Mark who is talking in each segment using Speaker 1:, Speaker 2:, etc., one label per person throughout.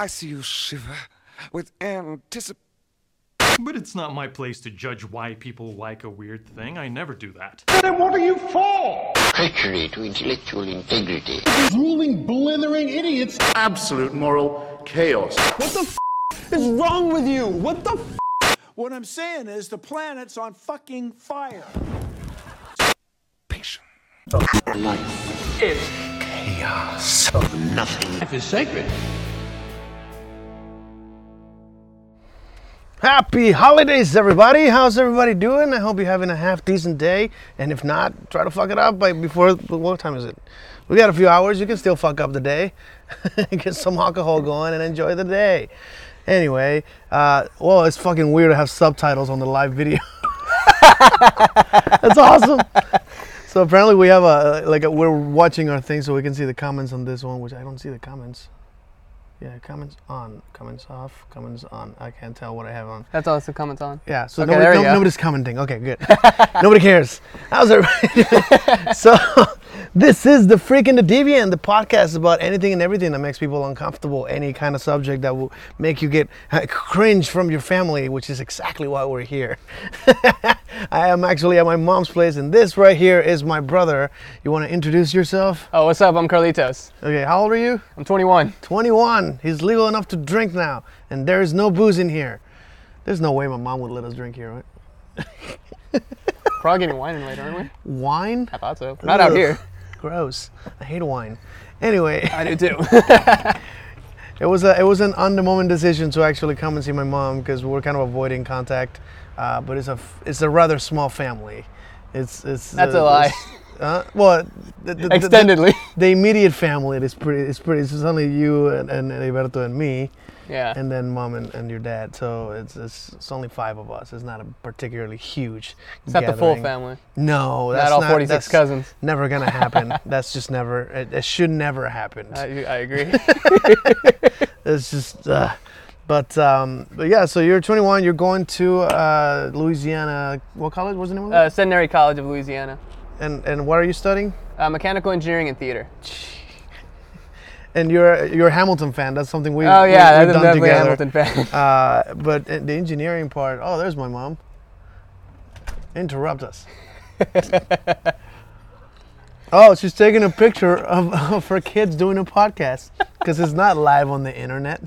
Speaker 1: I see you shiver with anticipation.
Speaker 2: But it's not my place to judge why people like a weird thing. I never do that.
Speaker 3: Then what are you for?
Speaker 4: Treachery to intellectual integrity.
Speaker 3: Drooling, blithering idiots.
Speaker 5: Absolute moral chaos.
Speaker 6: What the f is wrong with you? What the f?
Speaker 7: What I'm saying is the planet's on fucking fire.
Speaker 1: Patient.
Speaker 8: Life is chaos
Speaker 4: of nothing.
Speaker 9: Life is sacred.
Speaker 10: Happy holidays, everybody! How's everybody doing? I hope you're having a half decent day, and if not, try to fuck it up by before. What time is it? We got a few hours. You can still fuck up the day, get some alcohol going, and enjoy the day. Anyway, uh, well, it's fucking weird to have subtitles on the live video. That's awesome. So apparently we have a like a, we're watching our thing so we can see the comments on this one, which I don't see the comments. Yeah, comments on, comments off, comments on. I can't tell what I have on.
Speaker 11: That's also comments on.
Speaker 10: Yeah, so okay, nobody, no, nobody's commenting. Okay, good. nobody cares. How's everybody? so, this is the freaking the deviant. The podcast about anything and everything that makes people uncomfortable. Any kind of subject that will make you get uh, cringe from your family, which is exactly why we're here. I am actually at my mom's place, and this right here is my brother. You want to introduce yourself?
Speaker 11: Oh, what's up? I'm Carlitos.
Speaker 10: Okay, how old are you?
Speaker 11: I'm 21.
Speaker 10: 21. He's legal enough to drink now, and there is no booze in here. There's no way my mom would let us drink here, right?
Speaker 11: Probably getting wine in later, aren't we?
Speaker 10: Wine?
Speaker 11: I thought so. Not Ugh, out here.
Speaker 10: Gross. I hate wine. Anyway.
Speaker 11: I do too.
Speaker 10: it was a it was an on the moment decision to actually come and see my mom because we were kind of avoiding contact. Uh, but it's a it's a rather small family. It's it's
Speaker 11: that's uh, a lie.
Speaker 10: Uh, well, the,
Speaker 11: the, extendedly,
Speaker 10: the, the, immediate family is pretty. It's pretty. It's only you and, and Heriberto and me.
Speaker 11: Yeah.
Speaker 10: And then mom and, and your dad. So it's, it's, it's only five of us. It's not a particularly huge.
Speaker 11: It's
Speaker 10: gathering.
Speaker 11: not the full family.
Speaker 10: No,
Speaker 11: that's not all forty six cousins.
Speaker 10: Never gonna happen. that's just never. It, it, should never happen.
Speaker 11: I, I agree.
Speaker 10: it's just. Uh, but, um, but yeah, so you're 21. You're going to uh, Louisiana. What college? was the name of it?
Speaker 11: Seminary Uh, College of Louisiana.
Speaker 10: And and what are you studying?
Speaker 11: Uh, mechanical engineering and theater.
Speaker 10: And you're you're a Hamilton fan. That's something we.
Speaker 11: Oh yeah,
Speaker 10: we,
Speaker 11: we've done definitely together. Hamilton fan.
Speaker 10: Uh, but the engineering part. Oh, there's my mom. Interrupt us. oh, she's taking a picture of, of her kids doing a podcast because it's not live on the internet.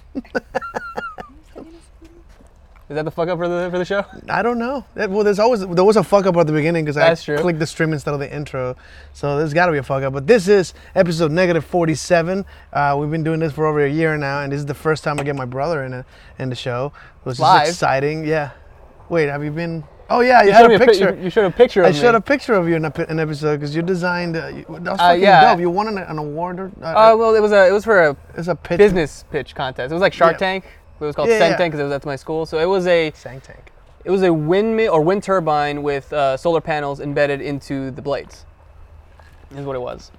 Speaker 11: Is that the fuck up for the for the show?
Speaker 10: I don't know. It, well, there's always there was a fuck up at the beginning because I true. clicked the stream instead of the intro, so there's got to be a fuck up. But this is episode negative 47. Uh, we've been doing this for over a year now, and this is the first time I get my brother in a, in the show, which is exciting. Yeah. Wait, have you been? Oh yeah, you, you had a picture.
Speaker 11: you, you showed a picture.
Speaker 10: I showed me. a picture of you in a, an episode because you designed. Uh, you, that was fucking uh, yeah. dope. You won an, an award. Or,
Speaker 11: uh, well, it was a it was for a,
Speaker 10: it's a pitch.
Speaker 11: business pitch contest. It was like Shark yeah. Tank it was called yeah, Sang Tank because yeah. it was at my school. So it was a
Speaker 10: Sang Tank.
Speaker 11: It was a windmill or wind turbine with uh, solar panels embedded into the blades. Is what it was.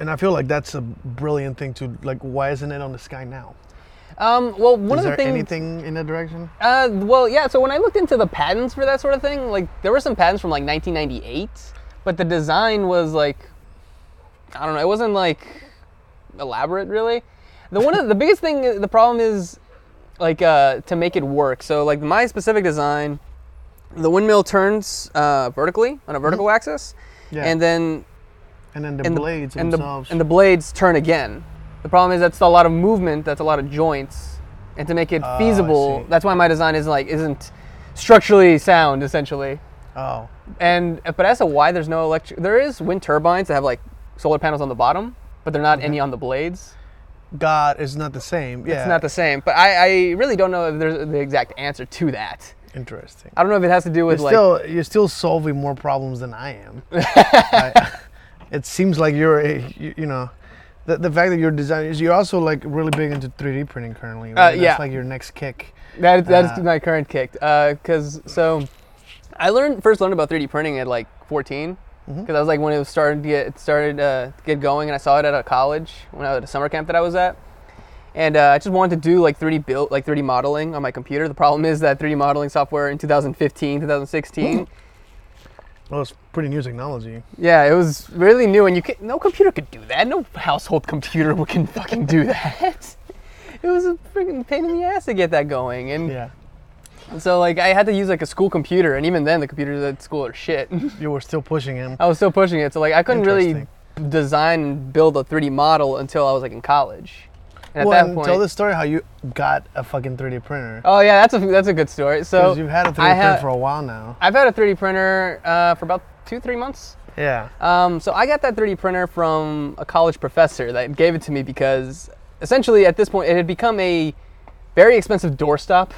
Speaker 10: And I feel like that's a brilliant thing to like. Why isn't it on the sky now?
Speaker 11: Um, well, one
Speaker 10: Is
Speaker 11: of the things.
Speaker 10: anything in that direction?
Speaker 11: Uh, well, yeah. So when I looked into the patents for that sort of thing, like there were some patents from like 1998, but the design was like, I don't know. It wasn't like elaborate really. The one of the biggest thing, uh, the problem is like uh, to make it work. So like my specific design, the windmill turns uh, vertically on a vertical mm-hmm. axis, yeah. and then
Speaker 10: and then the and blades the,
Speaker 11: and
Speaker 10: themselves
Speaker 11: the, and the blades turn again. The problem is that's a lot of movement. That's a lot of joints, and to make it
Speaker 10: Ah,
Speaker 11: oh, feasible, that's why my design is like isn't structurally sound essentially.
Speaker 10: Oh.
Speaker 11: And but as to why there's no electric, there is wind turbines that have like solar panels on the bottom, but they're not okay. any on the blades.
Speaker 10: God is not the same. Yeah.
Speaker 11: It's not the same. But I, I really don't know if there's the exact answer to that.
Speaker 10: Interesting.
Speaker 11: I don't know if it has to do with
Speaker 10: you're
Speaker 11: like
Speaker 10: still, you're still solving more problems than I am. I, it seems like you're a, you, you, know the, the fact that you're designing you're also like really big into 3D printing currently. Right?
Speaker 11: Uh, yeah.
Speaker 10: That's like your next kick.
Speaker 11: That that's uh, my current kick. Uh, cuz so I learned first learned about 3D printing at like 14 because I was like when it was starting to get started uh, to get going, and I saw it at a college when I was at a summer camp that I was at, and uh, I just wanted to do like 3D build, like 3D modeling on my computer. The problem is that 3D modeling software in 2015, 2016.
Speaker 10: Well, it's pretty new technology.
Speaker 11: Yeah, it was really new, and you could, no computer could do that. No household computer can fucking do that. it was a freaking pain in the ass to get that going. And
Speaker 10: Yeah.
Speaker 11: so like I had to use like a school computer, and even then the computers at school are shit.
Speaker 10: You were still pushing him.
Speaker 11: I was still pushing it, so like I couldn't really
Speaker 10: Interesting.
Speaker 11: design and build a 3D model until I was like in college. And at
Speaker 10: well,
Speaker 11: that
Speaker 10: and
Speaker 11: point,
Speaker 10: tell the story how you got a fucking 3D printer.
Speaker 11: oh yeah, that's a that's a good story. So
Speaker 10: Because you've had a 3D
Speaker 11: I
Speaker 10: printer
Speaker 11: had-
Speaker 10: for a while now.
Speaker 11: I've had a 3D printer uh, for about two three months.
Speaker 10: Yeah.
Speaker 11: Um, so I got that 3D printer from a college professor that gave it to me because essentially at this point it had become a very expensive doorstop.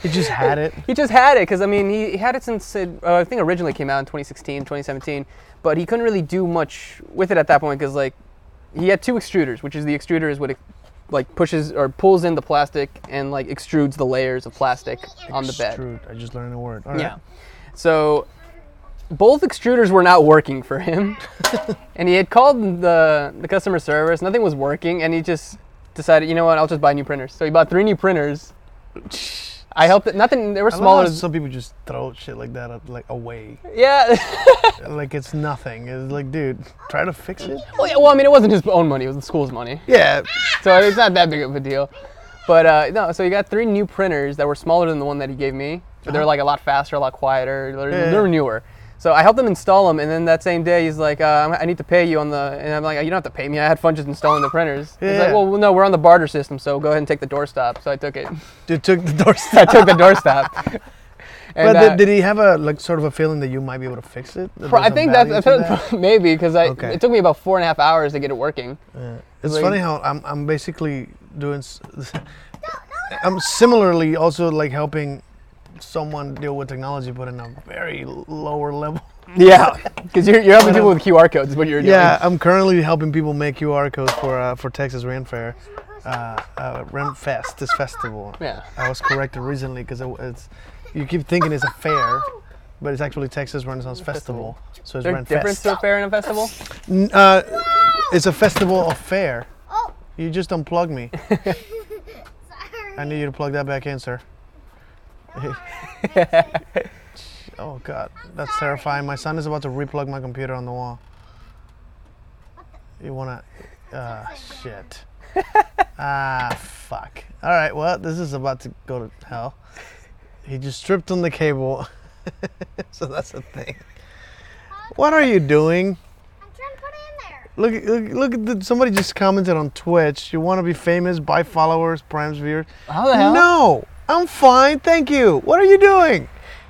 Speaker 10: He just had it.
Speaker 11: He just had it because I mean he, he had it since it, uh, I think originally came out in 2016, 2017, but he couldn't really do much with it at that point because like he had two extruders, which is the extruder is what it like pushes or pulls in the plastic and like extrudes the layers of plastic on the bed.
Speaker 10: Extrude. I just learned a word. All right.
Speaker 11: Yeah. So both extruders were not working for him. and he had called the, the customer service, nothing was working, and he just decided, you know what, I'll just buy new printers. So he bought three new printers. I helped it, nothing, they were
Speaker 10: I love
Speaker 11: smaller.
Speaker 10: how some people just throw shit like that uh, like away,
Speaker 11: yeah.
Speaker 10: like it's nothing. It's like, dude, try to fix it.
Speaker 11: well, yeah. Well, I mean, it wasn't his own money, it was the school's money.
Speaker 10: Yeah,
Speaker 11: So it's not that big of a deal. But uh, no, so he got three new printers that were smaller than the one that he gave me. But they're like a lot faster, a lot quieter. They're,
Speaker 10: Yeah.
Speaker 11: they're newer. So I helped him install them, and then that same day he's like, uh, I'm- "I need to pay you on the," and I'm like, "You don't have to pay me. I had fun just installing the printers." He's
Speaker 10: Yeah.
Speaker 11: like, "Well, no, we're on the barter system, so go ahead and take the doorstop." So I took it.
Speaker 10: dude took the door.
Speaker 11: I took the doorstop. And,
Speaker 10: But
Speaker 11: uh,
Speaker 10: did, did he have a like sort of a feeling that you might be able to fix it? That
Speaker 11: pro- I
Speaker 10: there's a
Speaker 11: think that's,
Speaker 10: value
Speaker 11: I
Speaker 10: to
Speaker 11: feel-
Speaker 10: that?
Speaker 11: maybe because I
Speaker 10: Okay.
Speaker 11: it took me about four and a half hours to get it working.
Speaker 10: It's
Speaker 11: Like-
Speaker 10: funny how I'm, I'm basically doing. s- I'm similarly also like helping someone deal with technology, but in a very lower level.
Speaker 11: Yeah, because you're, you're helping people with QR codes, is what you're doing.
Speaker 10: Uh, Yeah, I'm currently helping people make QR codes for uh, for Texas Ram Fair, uh, uh, Ram Fest, this festival.
Speaker 11: Yeah.
Speaker 10: I was corrected recently because it, it's you keep thinking it's a
Speaker 9: Oh,
Speaker 10: fair, but it's actually Texas Renaissance Festival. So it's
Speaker 11: Is there a
Speaker 10: Ram
Speaker 11: difference
Speaker 10: Fest.
Speaker 11: to a fair and a festival?
Speaker 10: N- Uh, it's a festival of fair.
Speaker 9: oh,
Speaker 10: You just unplug me. I need you to plug that back in, sir. oh God, that's terrifying. My son is about to replug my computer on the wall. You wanna? Ah, shit. ah, fuck. All right, well, this is about to go to hell. He just stripped on the cable, so that's a thing. What are you doing? Look, look, look at the, somebody just commented on Twitch. You want to be famous, buy followers, primes viewers.
Speaker 11: How the hell?
Speaker 10: No, I'm fine, thank you. What are you doing?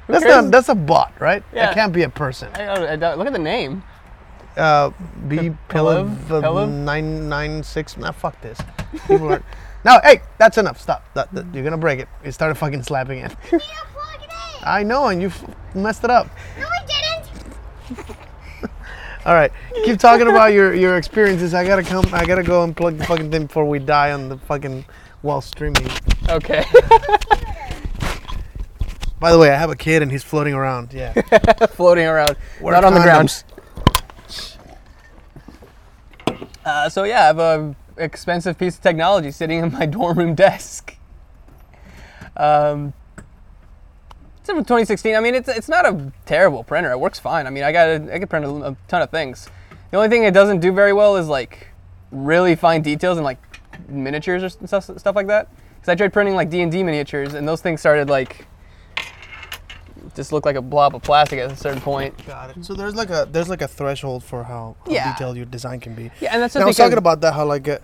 Speaker 10: That's
Speaker 11: cares?
Speaker 10: not. That's a bot, right?
Speaker 11: Yeah.
Speaker 10: That can't be a person.
Speaker 11: I don't- I don't- look at the name.
Speaker 10: Uh, B
Speaker 11: Pelev?
Speaker 10: Pilev
Speaker 11: Pelev?
Speaker 10: nine nine six. Nah, fuck this. People are. No, hey, that's enough. Stop. That, that- you're gonna break it. You started fucking slapping it. I know, and you f- messed it up.
Speaker 8: No, I didn't.
Speaker 10: All right, keep talking about your, your experiences. I gotta come. I gotta go and plug the fucking thing before we die on the fucking while streaming.
Speaker 11: Okay.
Speaker 10: By the way, I have a kid and he's floating around. Yeah,
Speaker 11: Floating around.
Speaker 10: Wear
Speaker 11: not on the
Speaker 10: condoms.
Speaker 11: ground. Uh, so yeah, I have a expensive piece of technology sitting in my dorm room desk. Um, it's from 2016. I mean, it's it's not a terrible printer. It works fine. I mean, I got a, I could print a, a ton of things. The only thing it doesn't do very well is like really fine details and like miniatures or s- stuff, stuff like that. Because I tried printing like D and D miniatures, and those things started like just look like a blob of plastic at a certain point.
Speaker 10: got it. So there's like a there's like a threshold for how, how
Speaker 11: Yeah.
Speaker 10: detailed your design can be.
Speaker 11: Yeah, and that's just
Speaker 10: Now, I was
Speaker 11: because-
Speaker 10: talking about that how like uh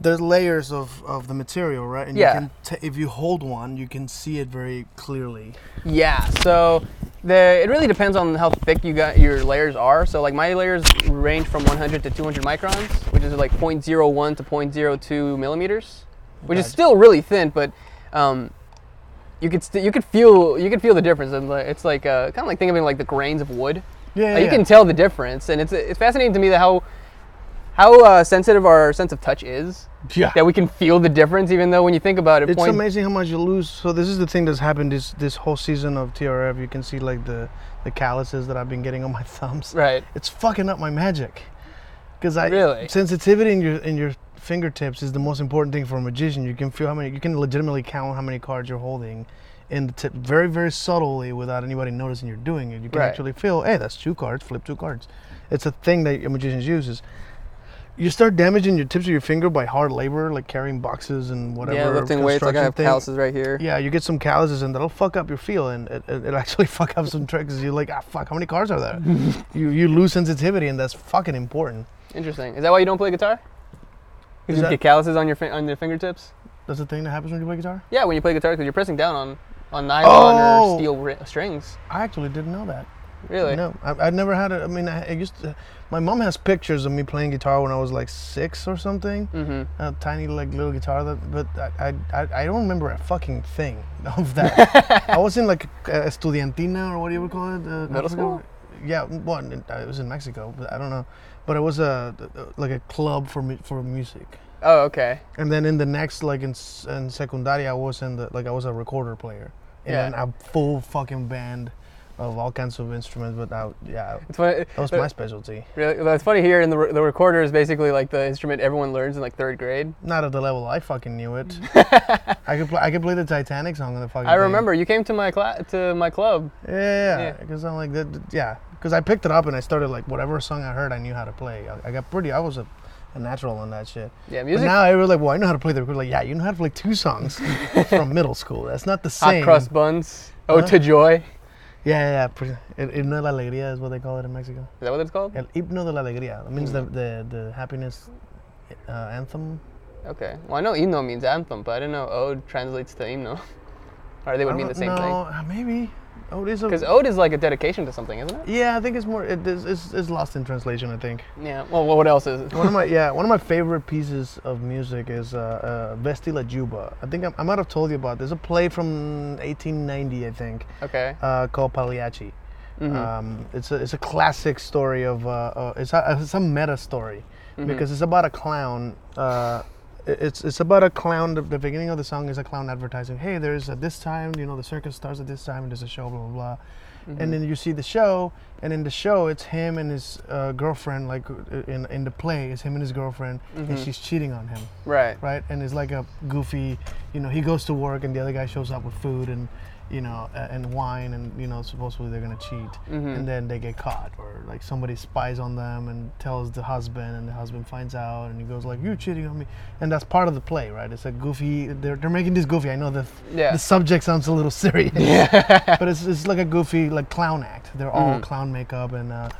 Speaker 10: there's layers of, of the material, right? And
Speaker 11: Yeah.
Speaker 10: You can t- if you hold one, you can see it very clearly.
Speaker 11: Yeah, so the it really depends on how thick you got your layers are. So like my layers range from 100 to 200 microns, which is like 0.01 to 0.02 millimeters, which is still really thin, but um, you could st- you could feel you could feel the difference. And like, it's like uh, kind of like think of it like the grains of wood.
Speaker 10: Yeah,
Speaker 11: Like,
Speaker 10: yeah,
Speaker 11: Oh, you
Speaker 10: yeah.
Speaker 11: can tell the difference, and it's it's fascinating to me that how how uh, sensitive our sense of touch is.
Speaker 10: Yeah.
Speaker 11: That we can feel the difference, even though when you think about it,
Speaker 10: It's
Speaker 11: point-
Speaker 10: amazing how much you lose. So this is the thing that's happened this this whole season of TRF. You can see like the the calluses that I've been getting on my thumbs.
Speaker 11: Right.
Speaker 10: It's fucking up my magic. Because I
Speaker 11: Really?
Speaker 10: sensitivity in your in your fingertips is the most important thing for a magician. You can feel how many you can legitimately count how many cards you're holding in the tip very very subtly without anybody noticing you're doing it. You can
Speaker 11: Right.
Speaker 10: actually feel, hey, that's two cards. Flip two cards. It's a thing that magicians uses. you start damaging your tips of your finger by hard labor, like carrying boxes and whatever.
Speaker 11: yeah, lifting weights. Like I
Speaker 10: construction
Speaker 11: have
Speaker 10: thing.
Speaker 11: calluses right here.
Speaker 10: Yeah, you get some calluses and that'll fuck up your feel, and it, it, it'll actually fuck up some tricks. You're like, ah, fuck, how many cars are there? you you lose sensitivity, and that's fucking important.
Speaker 11: Interesting. Is that why you don't play guitar? Because
Speaker 10: Is
Speaker 11: you
Speaker 10: that-
Speaker 11: get calluses on your fin- on your fingertips.
Speaker 10: That's the thing that happens when you play guitar.
Speaker 11: Yeah, when you play guitar, because you're pressing down on on nylon
Speaker 10: Oh.
Speaker 11: or steel ri- strings.
Speaker 10: I actually didn't know that.
Speaker 11: Really?
Speaker 10: No, I, I never had it. I mean, I, I used to. My mom has pictures of me playing guitar when I was like six or something. Mm-hmm. A tiny like little guitar that, but I, I I- I don't remember a fucking thing of that. I was in like a estudiantina or what do you would call it? Uh, I
Speaker 11: Middle
Speaker 10: forgot- Yeah, well, n- I was in Mexico, but I don't know. But it was a like a club for mu- for music.
Speaker 11: Oh, okay.
Speaker 10: And then in the next, like in, s- in secondary, I was in the like I was a recorder player, and
Speaker 11: Yeah.
Speaker 10: then a full fucking band of all kinds of instruments. But I, yeah,
Speaker 11: It's funny.
Speaker 10: that was my specialty.
Speaker 11: Really, well, it's funny here, and the, re- the recorder is basically like the instrument everyone learns in like third grade.
Speaker 10: Not at the level I fucking knew it. I could play, I could play the Titanic song on the fucking.
Speaker 11: I
Speaker 10: thing.
Speaker 11: remember you came to my cla- to my club.
Speaker 10: Yeah, yeah,
Speaker 11: Yeah.
Speaker 10: because I'm like that. Yeah, because I picked it up and I started like whatever song I heard, I knew how to play. I, I got pretty. I was a, a natural on that shit.
Speaker 11: Yeah,
Speaker 10: But
Speaker 11: music.
Speaker 10: now I was like, well, I know how to play the recorder. Like, yeah, you know how to play two songs from middle school. That's not the
Speaker 11: hot
Speaker 10: same.
Speaker 11: cross buns. Oh, to joy. Is
Speaker 10: Yeah, yeah, yeah. pretty- El himno de la alegría is what they call it in Mexico.
Speaker 11: that what it's called?
Speaker 10: El himno de la alegría. That means the, the, the happiness uh, anthem.
Speaker 11: Okay. Well, I know himno means anthem, but I didn't know ode translates to himno. or they would mean the same
Speaker 10: no,
Speaker 11: thing.
Speaker 10: uh, maybe. Oh, it is
Speaker 11: Because
Speaker 10: a,
Speaker 11: ode is like a dedication to something, isn't it?
Speaker 10: Yeah, I think it's more. It is, it's, it's lost in translation, I think.
Speaker 11: Yeah. Well, what else is it?
Speaker 10: One of my yeah, one of my favorite pieces of music is uh, uh, Vesti la Juba. I think I, I might have told you about. There's a play from 1890, I think.
Speaker 11: Okay.
Speaker 10: uh, called Pagliacci. Um, it's, a, it's a classic story of uh, uh, it's, a, it's a meta story because it's about a clown. Uh, it- it's, it's about a clown. The, the beginning of the song is a clown advertising. Hey, there's at this time, you know, the circus starts at this time, and there's a show, blah blah blah. And then you see the show, and in the show, it's him and his uh, girlfriend. Like uh, in in the play, it's him and his girlfriend, and she's cheating on him
Speaker 11: Right.
Speaker 10: right? And it's like a goofy, you know, he goes to work and the other guy shows up with food and, you know, a- and wine and, you know, supposedly they're gonna cheat.
Speaker 11: Mm-hmm.
Speaker 10: And then they get caught or like somebody spies on them and tells the husband and the husband finds out and he goes like, you're cheating on me. And that's part of the play, right? It's a goofy, they're, they're making this goofy. I know the,
Speaker 11: Yeah.
Speaker 10: the subject sounds a little serious, but it's, it's like a goofy, like clown act. They're all clown makeup and, uh, uh,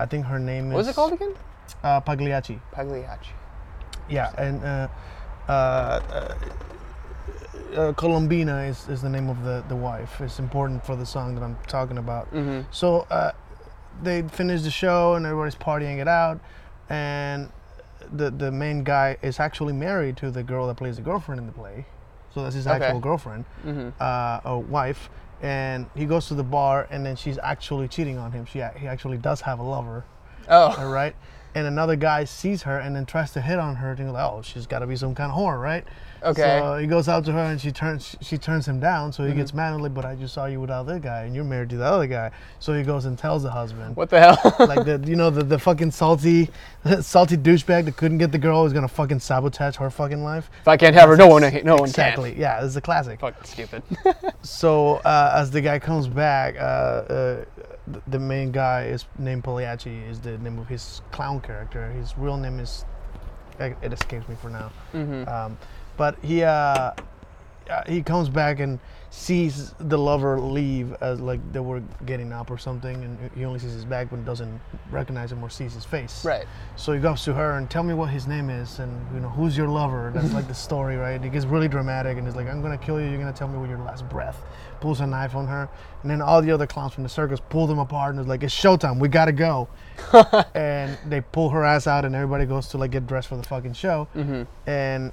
Speaker 10: I think her name
Speaker 11: Mm-hmm. What was
Speaker 10: is
Speaker 11: it called again?
Speaker 10: Uh, Pagliacci.
Speaker 11: Pagliacci.
Speaker 10: Yeah, and uh, uh, uh, uh, Colombina is, is the name of the, the wife. It's important for the song that I'm talking about. So uh, they finish the show and everybody's partying it out, and the the main guy is actually married to the girl that plays the girlfriend in the play. So that's his actual girlfriend uh, or wife. And he goes to the bar, and then she's actually cheating on him. She ac- he actually does have a lover.
Speaker 11: Oh.
Speaker 10: All right. And another guy sees her and then tries to hit on her, thinking, like, "Oh, she's got to be some kind of whore, right?"
Speaker 11: Okay. Mm-hmm.
Speaker 10: So he goes out to her and she turns she turns him down. So he gets mad and like, "But I just saw you with that other guy, and you're married to the other guy." So he goes and tells the husband,
Speaker 11: What the hell?
Speaker 10: like the you know the, the fucking salty, salty douchebag that couldn't get the girl was gonna fucking sabotage her fucking life.
Speaker 11: if I can't have her, no one, no one
Speaker 10: Exactly. Yeah, this is a classic.
Speaker 11: can. Fucking stupid.
Speaker 10: So uh, as the guy comes back, uh, uh, th- the main guy is named Pagliacci is the name of his clown character. His real name is I- it escapes me for now. Um, but he uh, uh, he comes back and sees the lover leave as like they were getting up or something, and he only sees his back but doesn't recognize him or sees his face.
Speaker 11: Right.
Speaker 10: So he goes to her and tell me what his name is and you know who's your lover. That's like the story, right? It gets really dramatic and it's like I'm gonna kill you. You're gonna tell me with your last breath. Pulls a knife on her, and then all the other clowns from the circus pull them apart and it's like it's showtime. We gotta go. and they pull her ass out, and everybody goes to like get dressed for the fucking show.
Speaker 11: Mm-hmm.
Speaker 10: And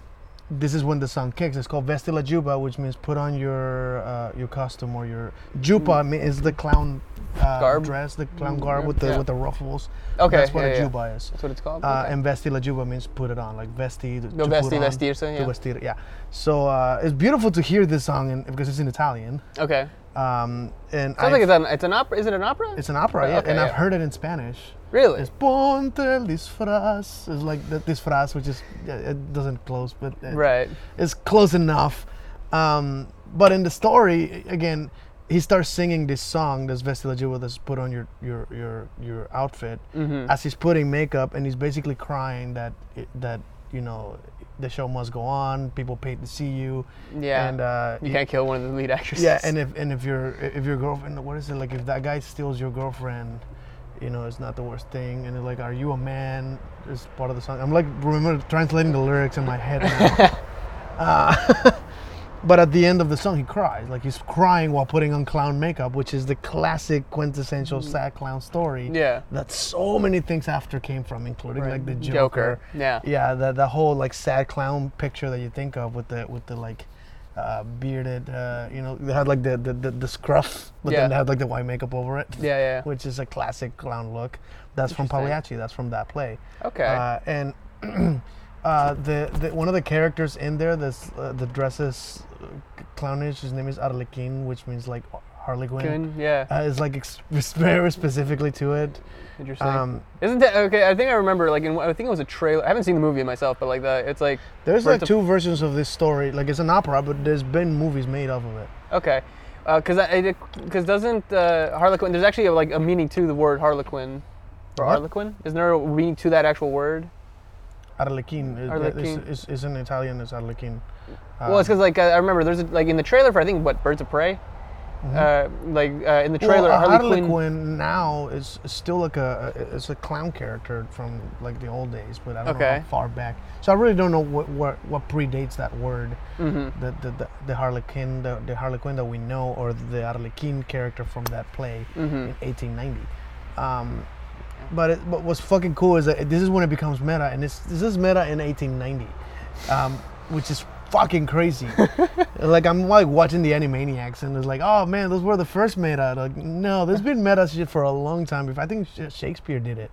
Speaker 10: this is when the song kicks. It's called Vesti la Juba, which means put on your uh, your costume or your jupa me- is the clown uh,
Speaker 11: Mm. Garb? Mm,
Speaker 10: dress, the clown garb with the
Speaker 11: yeah.
Speaker 10: with the ruffles.
Speaker 11: Okay,
Speaker 10: that's what
Speaker 11: yeah,
Speaker 10: a
Speaker 11: yeah.
Speaker 10: juba is.
Speaker 11: That's what it's called?
Speaker 10: Uh,
Speaker 11: Okay.
Speaker 10: And vesti la juba means put it on, like vesti. to
Speaker 11: vesti,
Speaker 10: put on,
Speaker 11: vestirse,
Speaker 10: To
Speaker 11: yeah.
Speaker 10: vestir, yeah. So uh, it's beautiful to hear this song in, because it's in Italian.
Speaker 11: Okay.
Speaker 10: Um, and
Speaker 11: Sounds like
Speaker 10: I've-
Speaker 11: it's an it's an opera. Is it an opera?
Speaker 10: it's an opera, yeah,
Speaker 11: Okay,
Speaker 10: and I've
Speaker 11: yeah.
Speaker 10: heard it in Spanish.
Speaker 11: really.
Speaker 10: It's ponte el disfraz. It's like the disfraz, which is yeah, it doesn't close, but uh, it-
Speaker 11: Right.
Speaker 10: it's close enough. Um, but in the story, again, he starts singing this song that's Vestila Jewel that's put on your your your your outfit
Speaker 11: Mm-hmm.
Speaker 10: as he's putting makeup and he's basically crying that it, that you know the show must go on people paid to see you
Speaker 11: Yeah.
Speaker 10: and uh,
Speaker 11: You can't kill one of the lead actresses.
Speaker 10: yeah and if and if your if your girlfriend what is it like if that guy steals your girlfriend you know it's not the worst thing and they're like are you a man is part of the song I'm like remember translating the lyrics in my head now. uh, But at the end of the song, he cries. Like he's crying while putting on clown makeup, which is the classic quintessential sad clown story.
Speaker 11: Mm. Yeah.
Speaker 10: That so many things after came from, including like the
Speaker 11: Joker,
Speaker 10: Joker.
Speaker 11: yeah.
Speaker 10: Yeah. That the whole like sad clown picture that you think of with the with the like uh, bearded, uh, you know, they had like the the, the, the scruff, but
Speaker 11: Yeah.
Speaker 10: then they had like the white makeup over it.
Speaker 11: Yeah, yeah.
Speaker 10: Which is a classic clown look. That's from
Speaker 11: Interesting.
Speaker 10: Pagliacci. That's from that play.
Speaker 11: Okay.
Speaker 10: Uh, and uh, the, the one of the characters in there that's uh, the dresses uh, clownish. His name is Arlequin, which means like Harley Quinn.
Speaker 11: Quinn, yeah.
Speaker 10: Uh, it's like ex- very specifically to it.
Speaker 11: Interesting.
Speaker 10: um,
Speaker 11: Isn't that okay? I think I remember. Like, in, I think it was a trailer. I haven't seen the movie myself, but like the, it's like
Speaker 10: There's
Speaker 11: Birth
Speaker 10: like
Speaker 11: of-
Speaker 10: two versions of this story. Like it's an opera, but there's been movies made of it.
Speaker 11: Okay, Uh, because I because doesn't uh, Harlequin? There's actually like a meaning to the word Harlequin, or
Speaker 10: What?
Speaker 11: Harlequin. Isn't there a meaning to that actual word?
Speaker 10: Arlequin is,
Speaker 11: Arlequin.
Speaker 10: is, is, is in Italian. It's Arlequin. Uh,
Speaker 11: well, it's because like uh, I I remember there's a, like in the trailer for I think what Birds of Prey, uh, like uh, in the trailer
Speaker 10: Mm-hmm. well, a
Speaker 11: Harley,
Speaker 10: Harley
Speaker 11: Quinn.
Speaker 10: Quinn now is is still like a a- it's a clown character from like the old days, but I don't know
Speaker 11: Okay.
Speaker 10: how far back. So I really don't know what what, what predates that word,
Speaker 11: Mm-hmm.
Speaker 10: the, the the the Harlequin the, the Harlequin that we know, or the Harlequin character from that play
Speaker 11: Mm-hmm.
Speaker 10: in 1890. Um, but it, but what's fucking cool is that it- this is when it becomes meta, and this this is meta in 1890, um, which is fucking crazy. like I'm like watching the Animaniacs, and it's like, oh man, those were the first meta. Like no, there's been meta shit for a long time. If I think Sh- Shakespeare did it.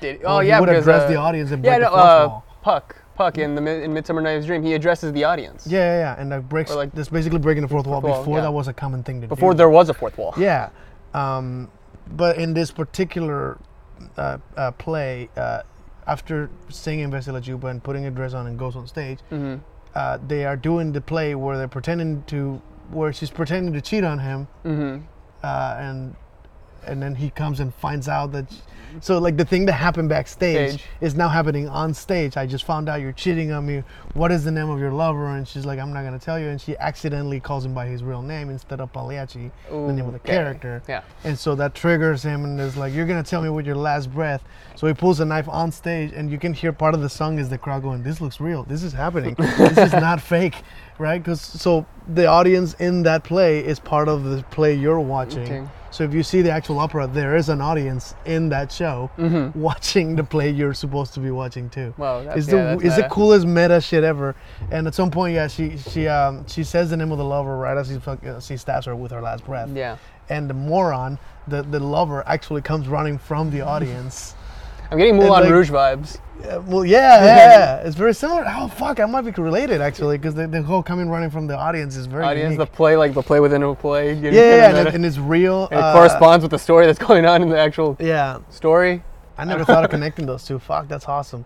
Speaker 11: Did,
Speaker 10: Well,
Speaker 11: oh
Speaker 10: he
Speaker 11: yeah,
Speaker 10: would
Speaker 11: because
Speaker 10: address
Speaker 11: uh,
Speaker 10: the audience and
Speaker 11: yeah,
Speaker 10: break
Speaker 11: no,
Speaker 10: the fourth
Speaker 11: uh,
Speaker 10: wall.
Speaker 11: Puck, Puck in the Mi- in Midsummer Night's Dream, he addresses the audience.
Speaker 10: Yeah, yeah, yeah. and that breaks.
Speaker 11: Or, like,
Speaker 10: Like, that's basically breaking the fourth wall.
Speaker 11: wall,
Speaker 10: Before
Speaker 11: yeah.
Speaker 10: that was a common thing to
Speaker 11: Before
Speaker 10: do.
Speaker 11: there was a fourth wall.
Speaker 10: Yeah, um, but in this particular uh, uh, play, uh, after singing Vesela Juba and putting a dress on and goes on stage, uh, they are doing the play where they're pretending to, where she's pretending to cheat on him, uh, and and then he comes and finds out that. sh- so like the thing that happened backstage
Speaker 11: Stage.
Speaker 10: is now happening on stage. I just found out you're cheating on me. What is the name of your lover? And she's like, I'm not gonna tell you. And she accidentally calls him by his real name instead of Pagliacci, the name of the
Speaker 11: Okay.
Speaker 10: character.
Speaker 11: Yeah.
Speaker 10: And so that triggers him and is like, You're gonna tell me with your last breath. So he pulls a knife on stage and you can hear part of the song is the crowd going, This looks real, this is happening. this is not fake. Right? Because so the audience in that play is part of the play you're watching.
Speaker 11: Okay.
Speaker 10: So if you see the actual opera, there is an audience in that show watching the play you're supposed to be watching too.
Speaker 11: Wow, that's-
Speaker 10: it's
Speaker 11: Mm-hmm. yeah,
Speaker 10: the
Speaker 11: that's
Speaker 10: it's the
Speaker 11: meta.
Speaker 10: coolest meta shit ever. And at some point, yeah, she she um she says the name of the lover right as he fuck- uh, she stabs her with her last breath.
Speaker 11: Yeah.
Speaker 10: And the moron, the the lover actually comes running from the audience.
Speaker 11: I'm getting Moulin
Speaker 10: like-
Speaker 11: Rouge vibes.
Speaker 10: Uh, well, yeah, yeah, yeah, it's very similar. Oh fuck, I might be related actually because the, the whole coming running from the audience is very
Speaker 11: Audience,
Speaker 10: unique.
Speaker 11: the play, like the play within a play. you know,
Speaker 10: yeah, yeah, yeah,
Speaker 11: kinda
Speaker 10: and, it-
Speaker 11: meta.
Speaker 10: and it's real.
Speaker 11: And it
Speaker 10: uh,
Speaker 11: corresponds with the story that's going on in the actual
Speaker 10: Yeah,
Speaker 11: story.
Speaker 10: I never thought of connecting those two. Fuck, that's awesome.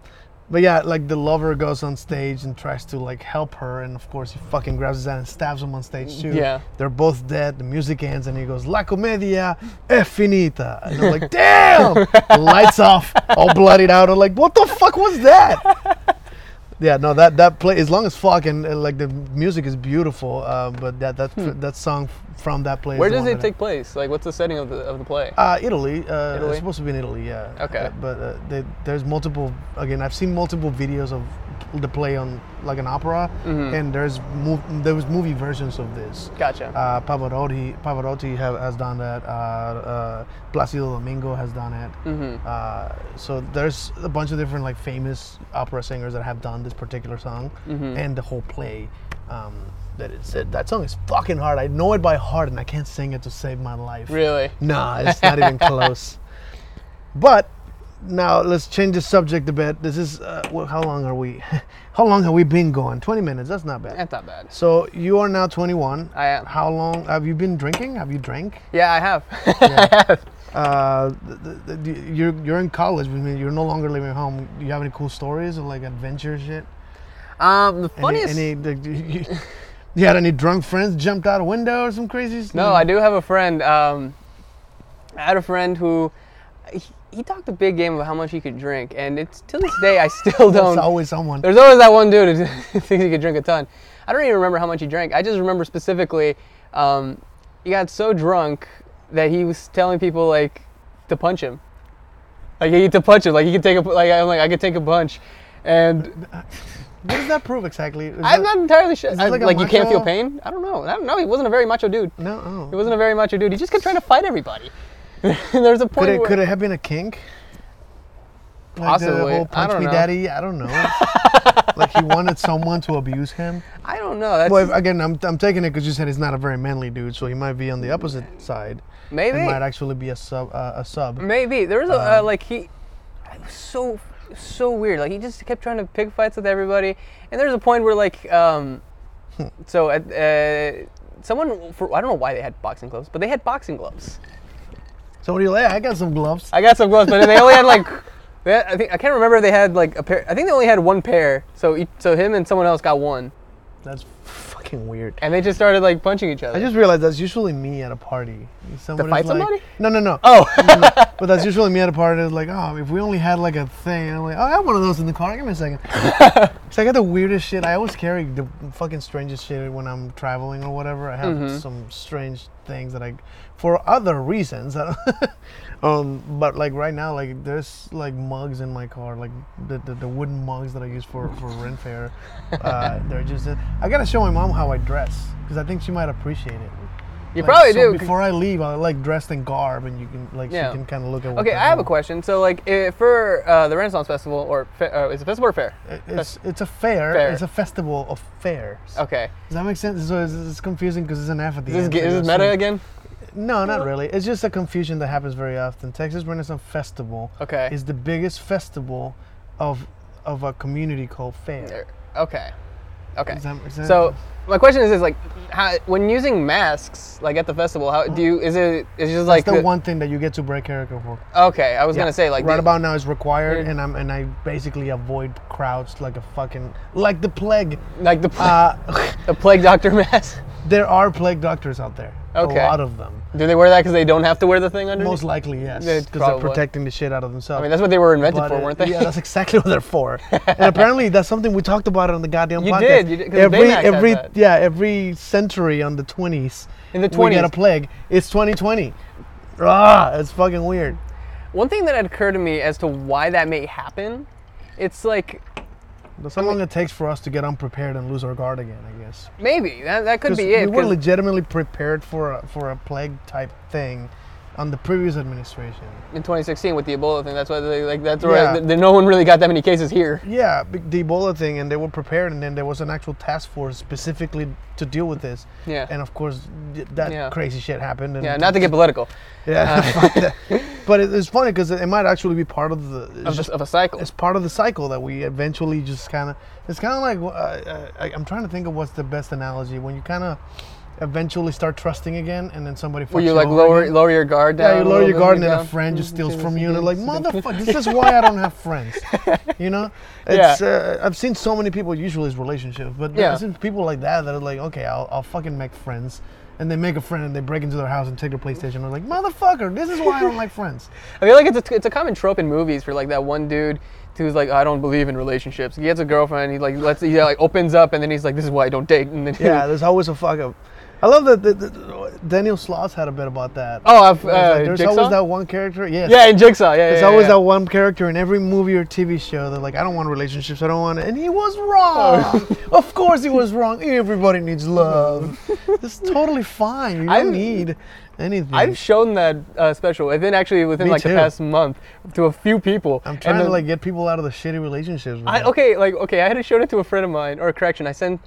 Speaker 10: But yeah, like the lover goes on stage and tries to like help her, and of course he fucking grabs his hand and stabs him on stage too.
Speaker 11: Yeah.
Speaker 10: They're both dead. The music ends, and he goes La commedia è finita, and I'm like, damn! Lights off, all bloodied out. I'm like, what the fuck was that? Yeah, no, that that play as long as fuck, and, uh, like the music is beautiful. Uh, but that that that song from that play. is
Speaker 11: Hmm. Where
Speaker 10: the
Speaker 11: does
Speaker 10: one
Speaker 11: it
Speaker 10: that I-
Speaker 11: take place? Like, what's the setting of the of the play?
Speaker 10: uh, Italy. Uh,
Speaker 11: Italy?
Speaker 10: It's supposed to be in Italy, yeah.
Speaker 11: Okay.
Speaker 10: Uh, but uh, they, there's multiple. Again, I've seen multiple videos of the play on like an opera, and there's mov- there was movie versions of this.
Speaker 11: Mm-hmm. Gotcha.
Speaker 10: Uh, Pavarotti Pavarotti have, has done that. Uh, uh, Placido Domingo has done it.
Speaker 11: Mm-hmm.
Speaker 10: Uh, so there's a bunch of different like famous opera singers that have done this particular song
Speaker 11: Mm-hmm.
Speaker 10: and the whole play. Um, that it's that song is fucking hard. I know it by heart, and I can't sing it to save my life.
Speaker 11: really?
Speaker 10: Nah, it's not even close. But now let's change the subject a bit. This is uh, well, how long are we? how long have we been going? Twenty minutes. That's not bad.
Speaker 11: That's not bad.
Speaker 10: So you are now twenty-one.
Speaker 11: I am.
Speaker 10: How long have you been drinking? Have you drank?
Speaker 11: Yeah, I have.
Speaker 10: Uh, th- th- th- you're you're in college. I mean, you're no longer living at home. Do you have any cool stories or like adventure shit?
Speaker 11: um, the
Speaker 10: Any,
Speaker 11: funniest.
Speaker 10: any like, you- you- You had any drunk friends jumped out a window or some crazy stuff?
Speaker 11: No, I do have a friend. Um, I had a friend who he, he talked a big game about how much he could drink, and it's to this day I still
Speaker 10: There's
Speaker 11: don't.
Speaker 10: always someone.
Speaker 11: There's always that one dude who thinks he could drink a ton. I don't even remember how much he drank. I just remember specifically, um, he got so drunk that he was telling people like to punch him, like he to punch him, like he could take a like I'm like I could take a punch, and
Speaker 10: what does that prove exactly? Is that-
Speaker 11: I'm not entirely sure.
Speaker 10: Is it
Speaker 11: I-
Speaker 10: like
Speaker 11: Like,
Speaker 10: a
Speaker 11: you can't feel
Speaker 10: macho-
Speaker 11: pain? I don't know. I don't know. He wasn't a very macho dude.
Speaker 10: No.
Speaker 11: He
Speaker 10: Oh.
Speaker 11: wasn't a very macho dude. He just kept trying to fight everybody. There's a
Speaker 10: Could
Speaker 11: point
Speaker 10: it
Speaker 11: where
Speaker 10: could it have been a kink? Like the
Speaker 11: Possibly.
Speaker 10: whole
Speaker 11: I
Speaker 10: punch
Speaker 11: don't
Speaker 10: me
Speaker 11: know.
Speaker 10: daddy. I don't know. like he wanted someone to abuse him.
Speaker 11: I don't know. That's
Speaker 10: Well, if- again, I'm, I'm taking it because you said he's not a very manly dude, so he might be on the opposite side.
Speaker 11: maybe.
Speaker 10: It might actually be a sub. Uh, a sub.
Speaker 11: Maybe there was
Speaker 10: Uh-huh.
Speaker 11: a uh, like he, it was so so weird. Like he just kept trying to pick fights with everybody, and there's a point where like um,
Speaker 10: Hmm.
Speaker 11: so at, uh, someone for I don't know why they had boxing gloves, but they had boxing gloves.
Speaker 10: Somebody like, "Hey, I got some gloves.
Speaker 11: I got some gloves, but they only had like they had- I think I can't remember if they had like a pair. I think they only had one pair. So each, so him and someone else got one,
Speaker 10: That's fucking weird.
Speaker 11: and they just started like punching each other.
Speaker 10: I just realized that's usually me at a party. Somebody's
Speaker 11: fight
Speaker 10: like-
Speaker 11: somebody?
Speaker 10: No, no, no.
Speaker 11: oh
Speaker 10: But that's usually me at a party. Like, oh, if we only had like a thing. And I'm like, oh, I have one of those in the car. Give me a second. so I got the weirdest shit. I always carry the fucking strangest shit when I'm traveling or whatever. I have
Speaker 11: Mm-hmm.
Speaker 10: some strange things that I, for other reasons. I don't- um, but like right now, like there's like mugs in my car, like the, the, the wooden mugs that I use for for rent fair. Uh, they're just. I gotta show my mom how I dress because I think she might appreciate it.
Speaker 11: you
Speaker 10: Like,
Speaker 11: probably
Speaker 10: so
Speaker 11: do. 'cause-
Speaker 10: Before I leave, I like dressed in garb, and you can like
Speaker 11: Yeah.
Speaker 10: she can kind of look at. What
Speaker 11: Okay,
Speaker 10: the
Speaker 11: I have a
Speaker 10: hell-
Speaker 11: question. So, like, eh, for uh, the Renaissance Festival, or fe- uh, is it festival or fair?
Speaker 10: It's it's a fair.
Speaker 11: Fair.
Speaker 10: It's a festival of fairs.
Speaker 11: Okay.
Speaker 10: Does that make sense? So it's, it's confusing because it's an F at the
Speaker 11: Is this,
Speaker 10: end.
Speaker 11: ge-
Speaker 10: so
Speaker 11: is this
Speaker 10: there's
Speaker 11: meta
Speaker 10: some-
Speaker 11: again?
Speaker 10: No, not really. It's just a confusion that happens very often. Texas Renaissance Festival
Speaker 11: Okay.
Speaker 10: is the biggest festival of of a community called fair.
Speaker 11: Okay. Okay.
Speaker 10: Does that make sense?
Speaker 11: So, my question is, is like, how, when using masks, like at the festival, how do you? Is it? Is it just like
Speaker 10: It's the one thing that you get to break character for.
Speaker 11: Okay, I was gonna say like
Speaker 10: right
Speaker 11: do-
Speaker 10: about now is required,
Speaker 11: Yeah.
Speaker 10: and I'm and I basically avoid crowds like a fucking like the plague.
Speaker 11: like the pla-
Speaker 10: Uh,
Speaker 11: the plague doctor mask.
Speaker 10: There are plague doctors out there.
Speaker 11: Okay.
Speaker 10: A lot of them.
Speaker 11: Do they wear that because they don't have to wear the thing underneath?
Speaker 10: Most likely, yes.
Speaker 11: Yeah,
Speaker 10: Because they're
Speaker 11: probably.
Speaker 10: protecting the shit out of themselves.
Speaker 11: I mean, that's what they were invented
Speaker 10: But,
Speaker 11: for,
Speaker 10: uh,
Speaker 11: weren't they?
Speaker 10: Yeah, that's exactly what they're for. and apparently, that's something we talked about on the goddamn
Speaker 11: You
Speaker 10: podcast.
Speaker 11: did, you did, 'cause
Speaker 10: Every,
Speaker 11: Baymax had
Speaker 10: every,
Speaker 11: that.
Speaker 10: yeah, every century on the twenties.
Speaker 11: In the
Speaker 10: we get a
Speaker 11: 20s.
Speaker 10: plague. It's 2020. Ah, it's fucking weird.
Speaker 11: One thing that had occurred to me as to why that may happen, it's like
Speaker 10: That's how long it takes for us to get unprepared and lose our guard again. I guess.
Speaker 11: maybe that, that could
Speaker 10: 'Cause
Speaker 11: be it.
Speaker 10: We were
Speaker 11: 'cause-
Speaker 10: legitimately prepared for a, for a plague type thing, on the previous administration.
Speaker 11: in 2016 with the Ebola thing. That's why they like that's where
Speaker 10: Yeah.
Speaker 11: th- th- no one really got that many cases here.
Speaker 10: Yeah, b- the Ebola thing, and they were prepared, and then there was an actual task force specifically to deal with this.
Speaker 11: Yeah.
Speaker 10: And of course, th- that
Speaker 11: Yeah.
Speaker 10: crazy shit happened. And
Speaker 11: Yeah, not to get uh, political
Speaker 10: Yeah. fuck that. But it, it's funny because it might actually be part of the. It's,
Speaker 11: of,
Speaker 10: just,
Speaker 11: a, of a cycle.
Speaker 10: it's part of the cycle that we eventually just kind of. It's kind of like uh, uh, I, I'm trying to think of what's the best analogy when you kind of eventually start trusting again, and then somebody.
Speaker 11: Where
Speaker 10: fucks
Speaker 11: you like
Speaker 10: over
Speaker 11: lower
Speaker 10: again.
Speaker 11: lower your guard down.
Speaker 10: Yeah, Mm-hmm. you
Speaker 11: a
Speaker 10: lower
Speaker 11: little
Speaker 10: your
Speaker 11: bit,
Speaker 10: guard and
Speaker 11: you
Speaker 10: then a
Speaker 11: go,
Speaker 10: friend just
Speaker 11: "Mm,
Speaker 10: steals
Speaker 11: okay,
Speaker 10: from
Speaker 11: this
Speaker 10: you and they're
Speaker 11: is
Speaker 10: like,
Speaker 11: good."
Speaker 10: motherfucker, this is why I don't have friends. You know?
Speaker 11: Yeah.
Speaker 10: It's, uh, I've seen so many people, usually it's relationships, but
Speaker 11: Yeah.
Speaker 10: I've seen people like that that are like, okay, I'll, I'll fucking make friends. And they make a friend and they break into their house and take their PlayStation. They're like, motherfucker, this is why I don't like friends.
Speaker 11: I feel like it's a, it's a common trope in movies for like that one dude who's like, I don't believe in relationships. He gets a girlfriend. He like lets he like opens up and then he's like, this is why I don't date. And then
Speaker 10: Yeah, there's always a fuck up. I love that that- that Daniel Sloss had a bit about that.
Speaker 11: Oh, I've,
Speaker 10: It's like,
Speaker 11: uh,
Speaker 10: there's
Speaker 11: Jigsaw?
Speaker 10: always that one character. Yes.
Speaker 11: yeah, in Jigsaw. Yeah,
Speaker 10: There's
Speaker 11: yeah,
Speaker 10: always
Speaker 11: yeah.
Speaker 10: that one character in every movie or TV show that like I don't want relationships, I don't want it, and he was wrong.
Speaker 11: Oh.
Speaker 10: of course he was wrong. Everybody needs love. it's totally fine. You don't
Speaker 11: I've-
Speaker 10: need anything.
Speaker 11: I've shown that uh, special within actually within
Speaker 10: Me
Speaker 11: like
Speaker 10: too.
Speaker 11: the past month to a few people.
Speaker 10: I'm
Speaker 11: And
Speaker 10: trying to
Speaker 11: then-
Speaker 10: like get people out of the shitty relationships. with
Speaker 11: I,
Speaker 10: them.
Speaker 11: okay, like okay, I had to show it to a friend of mine, or correction, I sent,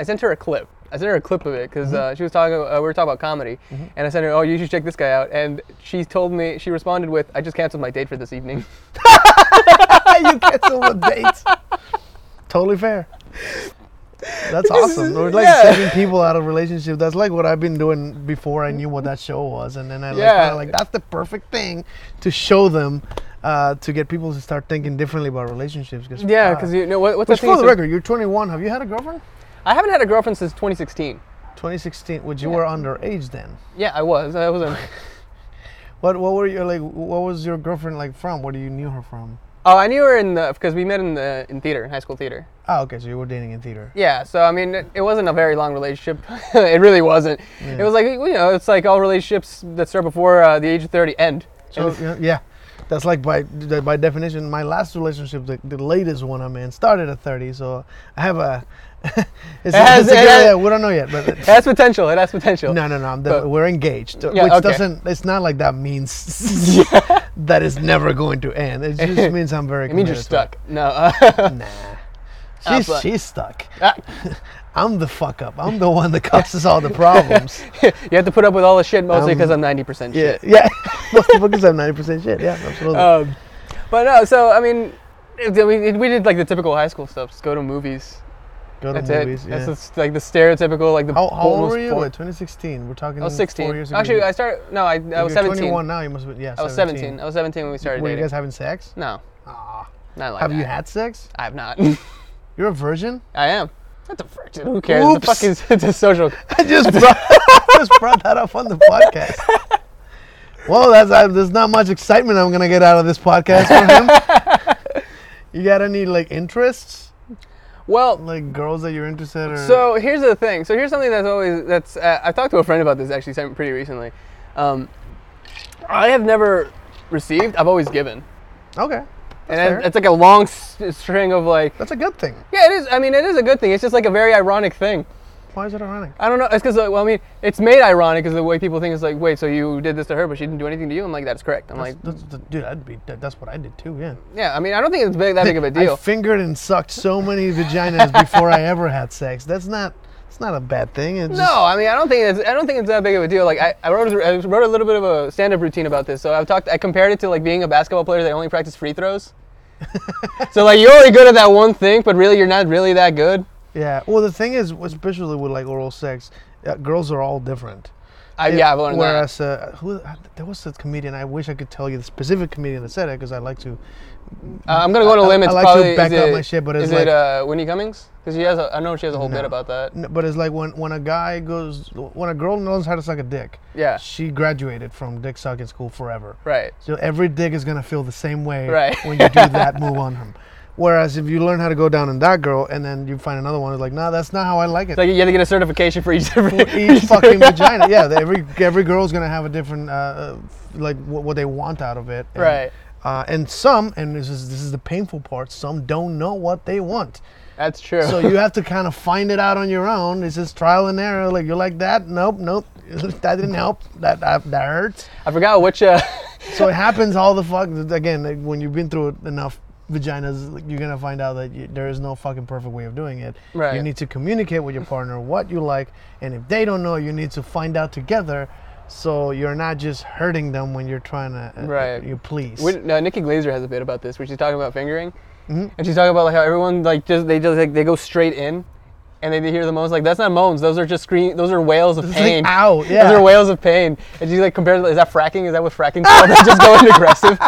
Speaker 11: I sent her a clip. I sent her a clip of it because uh, she was talking. Uh, we were talking about comedy, and I sent her, "Oh, you should check this guy out." And she told me she responded with, "I just canceled my date for this evening."
Speaker 10: you cancel the dates. Totally fair. That's awesome. We're like
Speaker 11: yeah.
Speaker 10: saving people out of relationships. That's like what I've been doing before I knew what that show was, and then I like,
Speaker 11: Yeah.
Speaker 10: kinda like that's the perfect thing to show them uh, to get people to start thinking differently about relationships. uh,
Speaker 11: Uh, yeah, because you know what, what's
Speaker 10: Which,
Speaker 11: that thing?
Speaker 10: for the
Speaker 11: you said-
Speaker 10: record, you're 21. Have you had a girlfriend?
Speaker 11: I haven't had a girlfriend since 2016.
Speaker 10: 2016, which you were underage then.
Speaker 11: Yeah, I was. I wasn't.
Speaker 10: What what were you like? What was your girlfriend like from? Where do you knew her from?
Speaker 11: oh, I knew her in the because we met in the in theater, in high school theater.
Speaker 10: Oh, okay, so you were dating in theater.
Speaker 11: Yeah, so I mean, it, it wasn't a very long relationship. it really wasn't. It was like you know, it's like all relationships that start before uh, the age of 30 end.
Speaker 10: So yeah, yeah, that's like by that by definition, my last relationship, the, the latest one I'm in, started at 30. So I have a. it's,
Speaker 11: has-
Speaker 10: it's a
Speaker 11: it
Speaker 10: girl
Speaker 11: has-
Speaker 10: that we don't know yet, but
Speaker 11: It has potential. It has potential.
Speaker 10: no, no, no. I'm def-
Speaker 11: But-
Speaker 10: we're engaged,
Speaker 11: Yeah,
Speaker 10: which
Speaker 11: okay.
Speaker 10: doesn't. It's not like that means that is never going to end. It just means I'm very.
Speaker 11: It means you're
Speaker 10: committed to it.
Speaker 11: stuck. No. uh,
Speaker 10: She's,
Speaker 11: but-
Speaker 10: she's stuck.
Speaker 11: Ah.
Speaker 10: I'm the fuck up. I'm the one that causes all the problems.
Speaker 11: you have to put up with all the shit mostly because
Speaker 10: Um,
Speaker 11: I'm 90%
Speaker 10: yeah,
Speaker 11: shit.
Speaker 10: yeah. Most of the bookers have 90% shit. Yeah, absolutely.
Speaker 11: Um, but no, so I mean, it- we, we did like the typical high school stuff. Just go to movies.
Speaker 10: Go to
Speaker 11: That's
Speaker 10: movies.
Speaker 11: it.
Speaker 10: Yeah.
Speaker 11: That's just, like the stereotypical like the.
Speaker 10: how, how old
Speaker 11: almost
Speaker 10: were you?
Speaker 11: four-
Speaker 10: Like 2016. We're talking.
Speaker 11: I was 16.
Speaker 10: Four years ago.
Speaker 11: Actually,
Speaker 10: You-
Speaker 11: I started. No, I, I
Speaker 10: if
Speaker 11: was
Speaker 10: you're
Speaker 11: 17.
Speaker 10: 21 now. You must be. Yeah.
Speaker 11: Oh, I was Oh, 17. I was 17 when we started
Speaker 10: Were you
Speaker 11: dating.
Speaker 10: guys having sex?
Speaker 11: no. Not like
Speaker 10: Have
Speaker 11: that.
Speaker 10: you had sex?
Speaker 11: I have not.
Speaker 10: You're a virgin.
Speaker 11: I am. What the frick? dude? Who cares? The
Speaker 10: Oops.
Speaker 11: fuck is it's a social?
Speaker 10: I just brought, just brought that up on the podcast. Well, that's I, there's not much excitement I'm gonna get out of this podcast for him. you got any like interests,
Speaker 11: Well,
Speaker 10: like girls that you're interested? Or
Speaker 11: So here's the thing. So here's something that's always that's. Uh, I talked to a friend about this actually some- pretty recently. Um, I have never received. I've always given,
Speaker 10: okay,
Speaker 11: and
Speaker 10: fair.
Speaker 11: it- it's like a long s- string of like.
Speaker 10: that's a good thing.
Speaker 11: Yeah, it is. I mean, it is a good thing. It's just like a very ironic thing.
Speaker 10: Why is it ironic?
Speaker 11: I don't know. It's because well, I mean, it's made ironic because the way people think is like, wait, so you did this to her, but she didn't do anything to you. I'm like, that's correct. I'm like,
Speaker 10: That's- that- dude, I'd be. That, that's what I did too. Yeah.
Speaker 11: yeah. I mean, I don't think it's big, that big of a deal.
Speaker 10: I fingered and sucked so many vaginas before I ever had sex. That's not. It's not a bad thing. It's just-
Speaker 11: No, I mean I don't think it's I don't think it's that big of a deal. Like I, I wrote a- I wrote a little bit of a stand-up routine about this. So I've talked I compared it to like being a basketball player that only practices free throws. so like you're only good at that one thing, but really you're not really that good.
Speaker 10: Yeah. Well, the thing is, especially with like oral sex, uh, girls are all different.
Speaker 11: I,
Speaker 10: It-
Speaker 11: yeah, I've learned that.
Speaker 10: whereas, uh, who uh, there was a comedian. I wish I could tell you the specific comedian that said it because I like to.
Speaker 11: Uh, I'm gonna go to
Speaker 10: I- I-
Speaker 11: limits.
Speaker 10: I like to
Speaker 11: probably,
Speaker 10: back
Speaker 11: is
Speaker 10: up
Speaker 11: it-
Speaker 10: my shit, but it's
Speaker 11: is
Speaker 10: like-
Speaker 11: it uh, Winnie Cummings? Because she has a, I know she has a whole bit
Speaker 10: No.
Speaker 11: about that.
Speaker 10: n- But it's like when when a guy goes when a girl knows how to suck a dick.
Speaker 11: Yeah.
Speaker 10: She graduated from dick sucking school forever.
Speaker 11: Right.
Speaker 10: So every dick is gonna feel the same way
Speaker 11: Right.
Speaker 10: when you do that move on him. Whereas if you learn how to go down on that girl and then you find another one, it's like, no, that's not how I like it.
Speaker 11: Like you have to get a certification for each different.
Speaker 10: each fucking vagina. Yeah, the- every every girl's gonna have a different uh, uh, like what, what they want out of it. And,
Speaker 11: Right.
Speaker 10: Uh, and some, and this is this is the painful part. Some don't know what they want,
Speaker 11: That's true.
Speaker 10: so you have to kind of find it out on your own. It's just trial and error. Like you're like that. Nope, nope. that didn't help. That that, that hurts.
Speaker 11: I forgot which. Uh,
Speaker 10: So it happens all the fuck. Again, like, when you've been through it enough vaginas, like, you're gonna find out that you, there is no fucking perfect way of doing it. You
Speaker 11: Right.
Speaker 10: need to communicate with your partner what you like, and if they don't know, you need to find out together. So you're not just hurting them when you're trying to uh,
Speaker 11: Right.
Speaker 10: you please.
Speaker 11: When, no, Nikki Glaser has a bit about this, where she's talking about fingering,
Speaker 10: Mm-hmm.
Speaker 11: and she's talking about like how everyone like just they just like they go straight in, and they, they hear the moans like that's not moans, those are just scream, those are wails of
Speaker 10: It's like,
Speaker 11: pain.
Speaker 10: "Ow,"
Speaker 11: Those
Speaker 10: yeah.
Speaker 11: are wails of pain, and she like compares is that fracking? Is that what fracking's called? they just go in aggressive.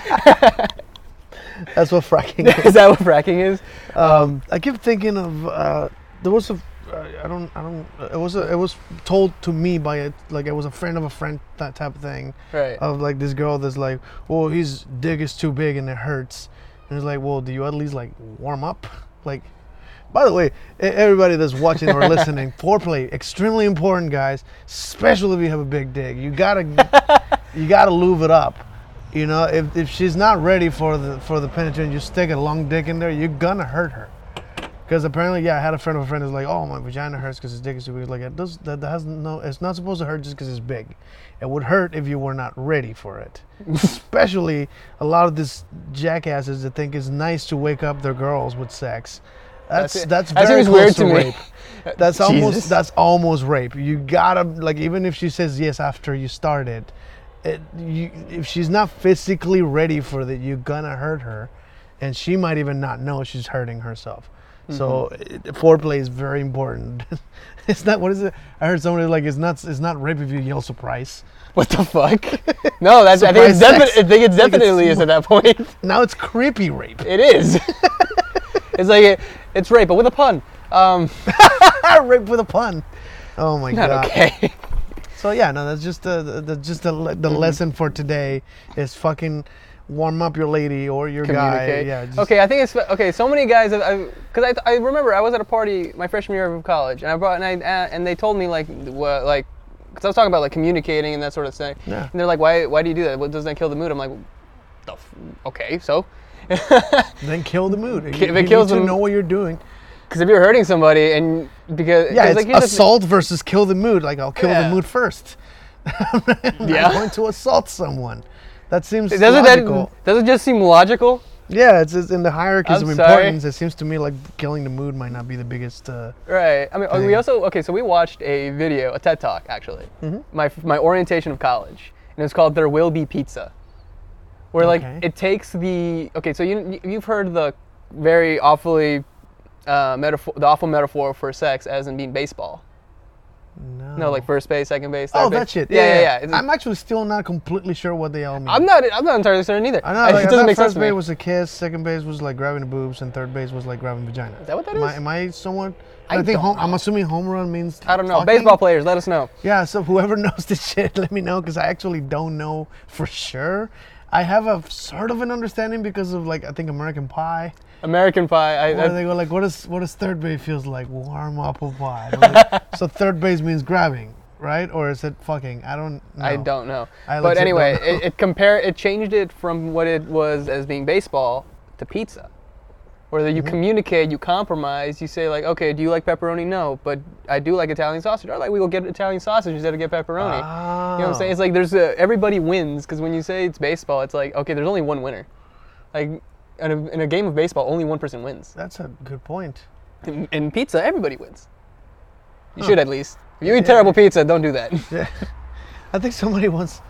Speaker 10: That's what fracking is.
Speaker 11: is that what fracking is?
Speaker 10: Um, I keep thinking of uh, there was a uh, I don't I don't it was a, it was told to me by a, like it was a friend of a friend that type of thing.
Speaker 11: Right.
Speaker 10: Of like this girl that's like, well, his dick is too big and it hurts, and it's like, well, do you at least like warm up? Like, by the way, e- everybody that's watching or listening, foreplay extremely important, guys. Especially if you have a big dick, you gotta you gotta lube it up. You know, if, if she's not ready for the for the penetrating, you stick a long dick in there, you're gonna hurt her. Because apparently, yeah, I had a friend of a friend who's like, oh, my vagina hurts because his dick is too big. Like, it does that, that has no, it's not supposed to hurt just because it's big. It would hurt if you were not ready for it. Especially a lot of these jackasses that think it's nice to wake up their girls with sex. That's
Speaker 11: it.
Speaker 10: that's,
Speaker 11: That
Speaker 10: very
Speaker 11: seems
Speaker 10: close
Speaker 11: weird
Speaker 10: to,
Speaker 11: to me.
Speaker 10: rape. That's almost
Speaker 11: Jesus.
Speaker 10: that's almost rape. You gotta like even if she says yes after you started, it, you, if she's not physically ready for that, you're gonna hurt her, and she might even not know she's hurting herself. So
Speaker 11: Mm-hmm.
Speaker 10: it, foreplay is very important. it's not what is it? I heard somebody like it's not it's not rape if you yell surprise.
Speaker 11: What the fuck? No, that's I think it's
Speaker 10: Surprise
Speaker 11: definitely
Speaker 10: sex.
Speaker 11: I think it
Speaker 10: Like it's-
Speaker 11: definitely is at that point.
Speaker 10: Now it's creepy rape.
Speaker 11: It is. it's like it, it's rape, but with a pun. Um,
Speaker 10: right with a pun. Oh my
Speaker 11: Not
Speaker 10: god.
Speaker 11: okay.
Speaker 10: So yeah, no, that's just the, the, the just the, le-
Speaker 11: Mm-hmm.
Speaker 10: the lesson for today is fucking warm up your lady or your guy.
Speaker 11: communicate.
Speaker 10: Yeah. Just,
Speaker 11: okay, I think it's okay. So many guys, because I, because I, th- I remember I was at a party my freshman year of college, and I brought and I uh, and they told me like what like because I was talking about like communicating and that sort of thing.
Speaker 10: Yeah.
Speaker 11: And they're like, why why do you do that? What doesn't that kill the mood? I'm like, the f- okay, so
Speaker 10: Then kill the mood.
Speaker 11: Ki-
Speaker 10: you
Speaker 11: that
Speaker 10: you
Speaker 11: kills
Speaker 10: need to
Speaker 11: them.
Speaker 10: know what you're doing.
Speaker 11: because if you're hurting somebody and because
Speaker 10: Yeah,
Speaker 11: 'cause,
Speaker 10: it's
Speaker 11: like, you just-
Speaker 10: assault versus kill the mood. Like I'll kill
Speaker 11: Yeah.
Speaker 10: the mood first. I'm
Speaker 11: yeah.
Speaker 10: going to assault someone. That seems
Speaker 11: Doesn't
Speaker 10: logical.
Speaker 11: that doesn't it just seem logical?
Speaker 10: yeah, it's, it's in the hierarchies
Speaker 11: I'm
Speaker 10: of
Speaker 11: sorry.
Speaker 10: importance. It seems to me like killing the mood might not be the biggest. Uh,
Speaker 11: Right. I mean, oh, we
Speaker 10: thing.
Speaker 11: also okay. So we watched a video, a TED Talk actually.
Speaker 10: Mm-hmm.
Speaker 11: My my orientation of college, and it's called "There Will Be Pizza," where like
Speaker 10: Okay.
Speaker 11: it takes the okay. So you you've heard the very awfully uh, metaphor, the awful metaphor for sex as in being baseball.
Speaker 10: no.
Speaker 11: No, like first base, second base.
Speaker 10: Oh,
Speaker 11: third base.
Speaker 10: that shit.
Speaker 11: Yeah, yeah, yeah. It's-
Speaker 10: I'm actually still not completely sure what they all mean.
Speaker 11: I'm not. I'm not entirely certain either.
Speaker 10: I know.
Speaker 11: It
Speaker 10: Like, I
Speaker 11: doesn't
Speaker 10: thought
Speaker 11: make sense
Speaker 10: first
Speaker 11: to me.
Speaker 10: base was a kiss. Second base was like grabbing boobs, and third base was like grabbing vagina. Is
Speaker 11: that what that
Speaker 10: am I,
Speaker 11: is?
Speaker 10: am I someone?
Speaker 11: I
Speaker 10: I, think
Speaker 11: don't
Speaker 10: home, I'm assuming home run means.
Speaker 11: I don't know.
Speaker 10: fucking?
Speaker 11: Baseball players, let us know.
Speaker 10: Yeah. So whoever knows this shit, let me know because I actually don't know for sure. I have a sort of an understanding because of like I think American Pie.
Speaker 11: American Pie. I,
Speaker 10: Where
Speaker 11: I,
Speaker 10: they go like, what does what does third base feels like? Warm apple pie. What- so third base means grabbing, right? Or is it fucking? I don't. know.
Speaker 11: I don't know.
Speaker 10: I
Speaker 11: but
Speaker 10: legit
Speaker 11: anyway,
Speaker 10: don't know.
Speaker 11: it, it compare it changed it from what it was as being baseball to pizza, where you
Speaker 10: Mm-hmm.
Speaker 11: communicate, you compromise, you say like, okay, do you like pepperoni? No, but I do like Italian sausage. All right, we will get Italian sausage instead of get pepperoni. You know what I'm
Speaker 10: Ah.
Speaker 11: saying? It's like there's a, everybody wins because when you say it's baseball, it's like okay, there's only one winner. Like in a, in a game of baseball, only one person wins.
Speaker 10: That's a good point.
Speaker 11: In, in pizza, everybody wins. You should at least. If you eat terrible pizza, don't do that.
Speaker 10: I think somebody once.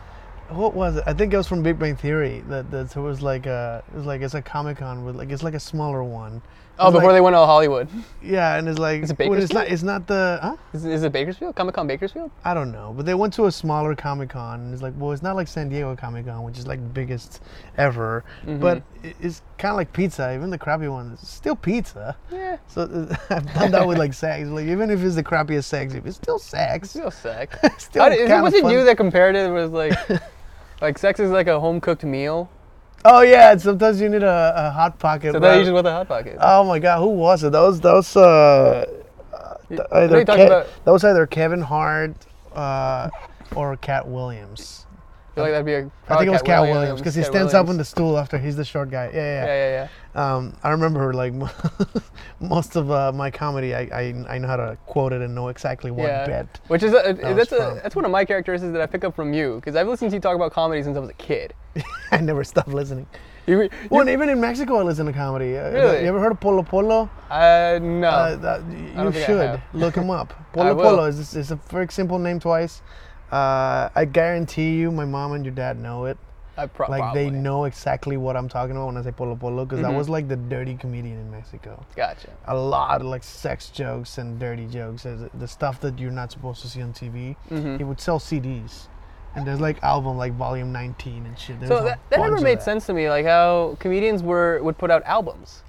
Speaker 10: What was it? I think it was from Big Bang Theory. That that there was like a it was like it's a Comic Con with like it's like a smaller one.
Speaker 11: oh,
Speaker 10: It's
Speaker 11: before
Speaker 10: like-
Speaker 11: they went all Hollywood.
Speaker 10: Yeah, and it's like
Speaker 11: Is it
Speaker 10: well, it's
Speaker 11: Bakersfield?
Speaker 10: not it's not the huh?
Speaker 11: Is, is it Bakersfield? Comic Con Bakersfield?
Speaker 10: I don't know, but they went to a smaller Comic Con, and it's like, well, it's not like San Diego Comic Con, which is like the biggest ever,
Speaker 11: Mm-hmm.
Speaker 10: but it- it's kind of like pizza. Even the crappy one, it's still pizza.
Speaker 11: Yeah.
Speaker 10: So uh, I've done that with like sex. Like even if it's the crappiest sex, if it's still sex.
Speaker 11: Still sex.
Speaker 10: Still
Speaker 11: I- is it-
Speaker 10: kinda
Speaker 11: was it
Speaker 10: fun.
Speaker 11: you that compared it? It Was like, like sex is like a home cooked meal.
Speaker 10: Oh yeah, and sometimes you need a, a hot pocket.
Speaker 11: So that
Speaker 10: right?
Speaker 11: usually what the hot pocket. is.
Speaker 10: Oh my God, who was it? That was that was uh, uh,
Speaker 11: are
Speaker 10: either
Speaker 11: you talking about?
Speaker 10: that was either Kevin Hart uh, or Cat Williams.
Speaker 11: I feel like that'd be a.
Speaker 10: I think it was Cat Williams
Speaker 11: Williams
Speaker 10: because he
Speaker 11: Oh, Cat
Speaker 10: stands up on the
Speaker 11: Williams.
Speaker 10: stool after he's the short guy. Yeah, yeah.
Speaker 11: Yeah,
Speaker 10: yeah.
Speaker 11: yeah,
Speaker 10: Um, I remember like most of uh, my comedy, I, I I know how to quote it and know exactly
Speaker 11: yeah.
Speaker 10: what
Speaker 11: yeah.
Speaker 10: bit.
Speaker 11: Which is a,
Speaker 10: That
Speaker 11: that's
Speaker 10: was
Speaker 11: a,
Speaker 10: from.
Speaker 11: that's one of my characteristics that I pick up from you because I've listened to you talk about comedy since I was a kid.
Speaker 10: I never stop listening.
Speaker 11: You, you,
Speaker 10: Well, and even in Mexico, I listen to comedy. Uh,
Speaker 11: Really?
Speaker 10: You ever heard of Polo Polo?
Speaker 11: uh, no.
Speaker 10: Uh, that, you
Speaker 11: think I
Speaker 10: should
Speaker 11: have.
Speaker 10: look him up. Polo
Speaker 11: will.
Speaker 10: Polo is, is a very simple name twice. Uh, I guarantee you, my mom and your dad know it.
Speaker 11: I pro-
Speaker 10: Like
Speaker 11: probably. Mm-hmm.
Speaker 10: they know exactly what I'm talking about when I say Polo Polo, because I was like the dirty comedian in Mexico.
Speaker 11: Gotcha.
Speaker 10: A lot of like sex jokes and dirty jokes, uh, the stuff that you're not supposed to see on TV.
Speaker 11: Mm-hmm.
Speaker 10: He would sell CDs, and there's like album like Volume 19 and shit. There's
Speaker 11: So
Speaker 10: a
Speaker 11: that, that never
Speaker 10: bunch of
Speaker 11: made
Speaker 10: that.
Speaker 11: sense to me, like how comedians were would put out albums.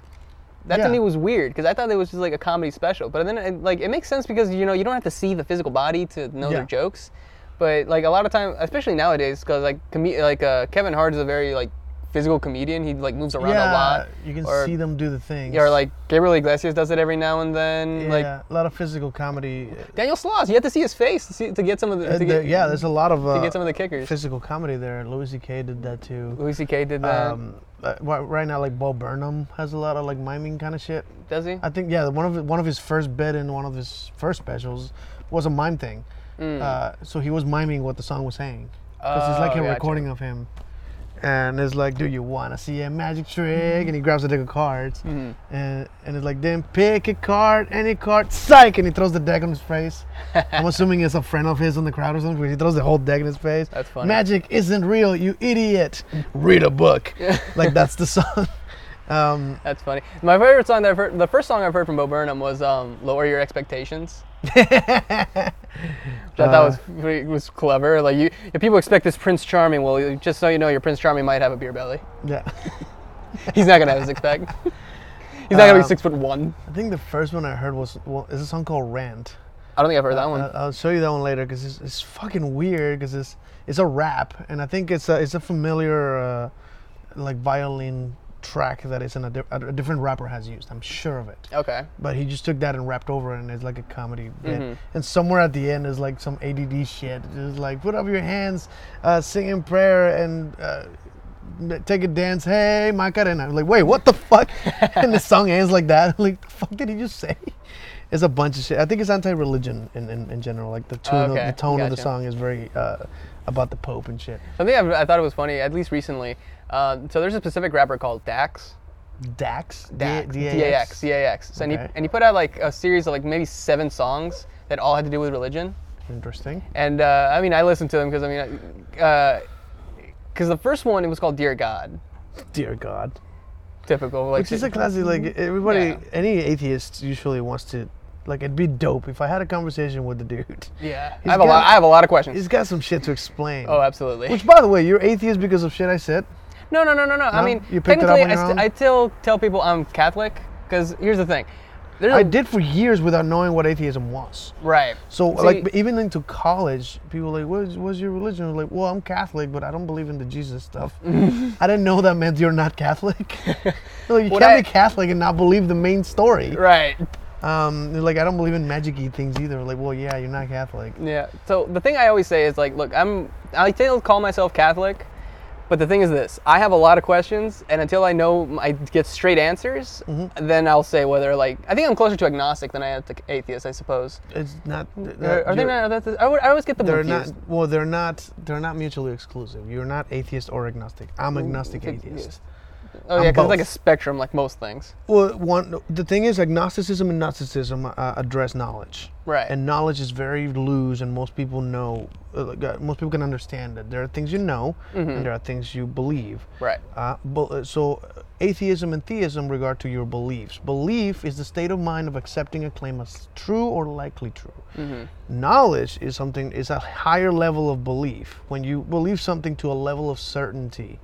Speaker 11: That to
Speaker 10: Yeah.
Speaker 11: me was weird because I thought it was just like a comedy special. But then it, like it makes sense because you know you don't have to see the physical body to know
Speaker 10: Yeah.
Speaker 11: their jokes. But like a lot of time, especially nowadays, because like com- like uh, Kevin Hart is a very like physical comedian. He like moves around
Speaker 10: yeah,
Speaker 11: a lot.
Speaker 10: you can
Speaker 11: or,
Speaker 10: see them do the things.
Speaker 11: Or like Gabriel Iglesias does it every now and then.
Speaker 10: yeah,
Speaker 11: Like
Speaker 10: a lot of physical comedy. uh,
Speaker 11: Daniel Sloss, you have to see his face to, see, to get some of the.
Speaker 10: Uh,
Speaker 11: to get,
Speaker 10: there- yeah, there's a lot of uh,
Speaker 11: get some of the kickers.
Speaker 10: Physical comedy there. Louis C.K. did that too.
Speaker 11: Louis C.K. did that.
Speaker 10: Um, uh, wi- right now, like Bo Burnham has a lot of like miming kind of shit.
Speaker 11: does he?
Speaker 10: I think yeah, one of one of his first bit in one of his first specials was a mime thing.
Speaker 11: Mm.
Speaker 10: Uh, so he was miming what the song was saying because it's like
Speaker 11: Oh,
Speaker 10: a
Speaker 11: gotcha.
Speaker 10: recording of him. And it's like, do you wanna see a magic trick? And he grabs a deck of cards,
Speaker 11: Mm-hmm.
Speaker 10: and, and it's like, then pick a card, any card, psych! And he throws the deck on his face. I'm assuming it's a friend of his in the crowd or something because he throws the whole deck in his face.
Speaker 11: That's funny.
Speaker 10: Magic isn't real, you idiot. Read a book. like that's the song. Um,
Speaker 11: That's funny. My favorite song that I've heard, the first song I've heard from Bo Burnham was um, "Lower Your Expectations," which I thought was
Speaker 10: Uh.
Speaker 11: pretty- was clever. Like you, if people expect this Prince Charming, well, you- just so you know, your Prince Charming might have a beer belly.
Speaker 10: yeah.
Speaker 11: He's not gonna have his expect. He's not gonna
Speaker 10: Um,
Speaker 11: be six foot one.
Speaker 10: I think the first one I heard was well, is a song called Rant.
Speaker 11: I don't think I've heard that one.
Speaker 10: I- I'll show you that one later because it's, it's fucking weird because it's it's a rap and I think it's a it's a familiar uh, like violin track that is in a, di- a different rapper has used. I'm sure of it.
Speaker 11: okay.
Speaker 10: But he just took that and rapped over it and it's like a comedy bit.
Speaker 11: Mm-hmm.
Speaker 10: And somewhere at the end is like some ADD shit. It's like put up your hands, uh, sing in prayer and. Uh, n- Take a dance, hey Macarena. I'm like, wait, what the fuck? and the song ends like that. Like, the fuck did he just say? It's a bunch of shit. I think it's anti-religion in, in, in general. Like the tune,
Speaker 11: Okay,
Speaker 10: of, the tone of the
Speaker 11: gotcha.
Speaker 10: song is very uh, about the Pope and shit.
Speaker 11: Something I've, I thought it was funny, at least recently. Uh, so there's a specific rapper called Dax.
Speaker 10: Dax, D-
Speaker 11: Dax.
Speaker 10: DAX.
Speaker 11: D-A-X. D-A-X. So, and, he,
Speaker 10: Okay.
Speaker 11: and he put out like a series of like maybe seven songs that all had to do with religion.
Speaker 10: Interesting.
Speaker 11: And uh, I mean, I listened to them because I mean, because the first one it was called Dear God.
Speaker 10: Dear God.
Speaker 11: Typical. Like,
Speaker 10: Which is a classic. Like everybody,
Speaker 11: Mm-hmm. Yeah.
Speaker 10: any atheist usually wants to. Like it'd be dope if I had a conversation with the dude.
Speaker 11: Yeah.
Speaker 10: He's
Speaker 11: I have a lot.
Speaker 10: got-
Speaker 11: I have a lot of questions.
Speaker 10: He's got some shit to explain.
Speaker 11: oh, absolutely.
Speaker 10: Which, by the way, you're atheist because of shit I said.
Speaker 11: No, no, no, no, no. I
Speaker 10: No?
Speaker 11: mean,
Speaker 10: You picked it up
Speaker 11: technically,
Speaker 10: on
Speaker 11: I,
Speaker 10: your
Speaker 11: st-
Speaker 10: own?
Speaker 11: I still tell people I'm Catholic because here's the thing. There's
Speaker 10: I
Speaker 11: a-
Speaker 10: did for years without knowing what atheism was.
Speaker 11: Right.
Speaker 10: So
Speaker 11: See,
Speaker 10: like even into college, people were like, "What's what's your religion?" I was like, "Well, I'm Catholic, but I don't believe in the Jesus stuff." I didn't know that meant you're not Catholic. no, you
Speaker 11: What
Speaker 10: can't
Speaker 11: I-
Speaker 10: be Catholic and not believe the main story.
Speaker 11: Right.
Speaker 10: Um, they're like I don't believe in magic-y things either. Like, well, yeah, you're not Catholic.
Speaker 11: Yeah. So the thing I always say is like, look, I'm I still call myself Catholic, but the thing is this: I have a lot of questions, and until I know I get straight answers,
Speaker 10: Mm-hmm.
Speaker 11: then I'll say whether like I think I'm closer to agnostic than I am to atheist, I suppose.
Speaker 10: It's not. th-
Speaker 11: Are-
Speaker 10: that
Speaker 11: are they
Speaker 10: you're-
Speaker 11: not? Are that, I, would- I always get them
Speaker 10: They're
Speaker 11: confused.
Speaker 10: not. Well, they're not. They're not mutually exclusive. You're not atheist or agnostic. I'm agnostic
Speaker 11: think-
Speaker 10: atheist.
Speaker 11: oh yeah,
Speaker 10: I'm
Speaker 11: because it's like
Speaker 10: both.
Speaker 11: a spectrum, like most things.
Speaker 10: Well, one the thing is, agnosticism and Gnosticism uh, address knowledge.
Speaker 11: Right.
Speaker 10: And knowledge is very loose, and most people know, uh, like, uh, most people can understand that there are things you know, and there are things you believe.
Speaker 11: Mm-hmm. Right.
Speaker 10: Uh, but, uh, so, uh, atheism and theism regard to your beliefs. Belief is the state of mind of accepting a claim as true or likely true.
Speaker 11: Mm-hmm.
Speaker 10: Knowledge is something is a higher level of belief. When you believe something to a level of certainty,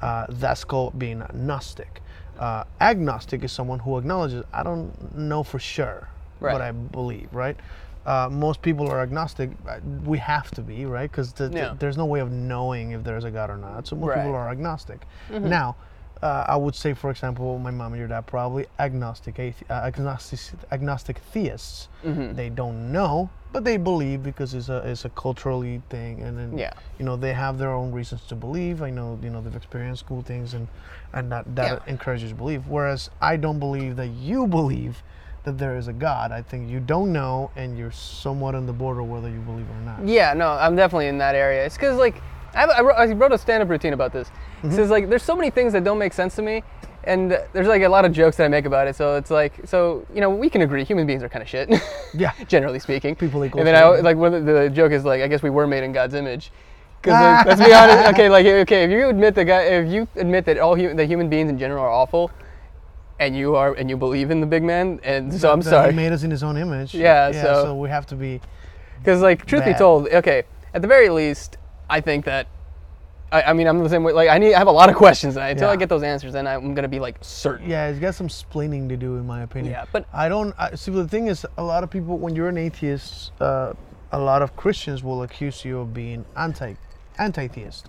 Speaker 10: uh, that's called being agnostic. Uh, agnostic is someone who acknowledges I don't know for sure,
Speaker 11: Right.
Speaker 10: but I believe. Right. Uh, most people are agnostic. Uh, We have to be right because
Speaker 11: Yeah.
Speaker 10: there's no way of knowing if there's a God or not. So most people
Speaker 11: Right.
Speaker 10: are agnostic.
Speaker 11: Mm-hmm.
Speaker 10: Now, uh, I would say, for example, my mom and your dad probably agnostic, athe- uh, agnostic, agnostic theists.
Speaker 11: Mm-hmm.
Speaker 10: They don't know, but they believe because it's a it's a culturally thing, and then
Speaker 11: Yeah.
Speaker 10: you know they have their own reasons to believe. I know you know they've experienced cool things, and and that that
Speaker 11: Yeah.
Speaker 10: encourages belief. Whereas I don't believe that you believe. That there is a God. I think you don't know, and you're somewhat on the border whether you believe or not.
Speaker 11: Yeah, no, I'm definitely in that area. It's because like I, have, I, wrote, I wrote a stand-up routine about this.
Speaker 10: Mm-hmm.
Speaker 11: It's just, like there's so many things that don't make sense to me, and uh, there's like a lot of jokes that I make about it. So it's like so you know we can agree human beings are kind of shit.
Speaker 10: Yeah.
Speaker 11: Generally speaking.
Speaker 10: People equal
Speaker 11: And then I
Speaker 10: shit.
Speaker 11: like one of the, the joke is like I guess we were made in God's image. Because
Speaker 10: Ah.
Speaker 11: like, let's be honest. Okay, like okay, if you admit that God, if you admit that all hu- that human beings in general are awful, and you are and you believe in the big man, and so I'm
Speaker 10: that
Speaker 11: sorry.
Speaker 10: He made us in his own image.
Speaker 11: Yeah, so-
Speaker 10: we have to be.
Speaker 11: Because, like, truth be
Speaker 10: Bad.
Speaker 11: told, okay, at the very least, I think that. I, I mean, I'm the same way. Like, I need. I have a lot of questions, and until I
Speaker 10: Yeah.
Speaker 11: get those answers, then I'm gonna be like certain.
Speaker 10: Yeah, it's got some splaining to do, in my opinion.
Speaker 11: Yeah, but-
Speaker 10: I don't. I, see, the thing is, a lot of people, when you're an atheist, uh, a lot of Christians will accuse you of being anti, anti-theist,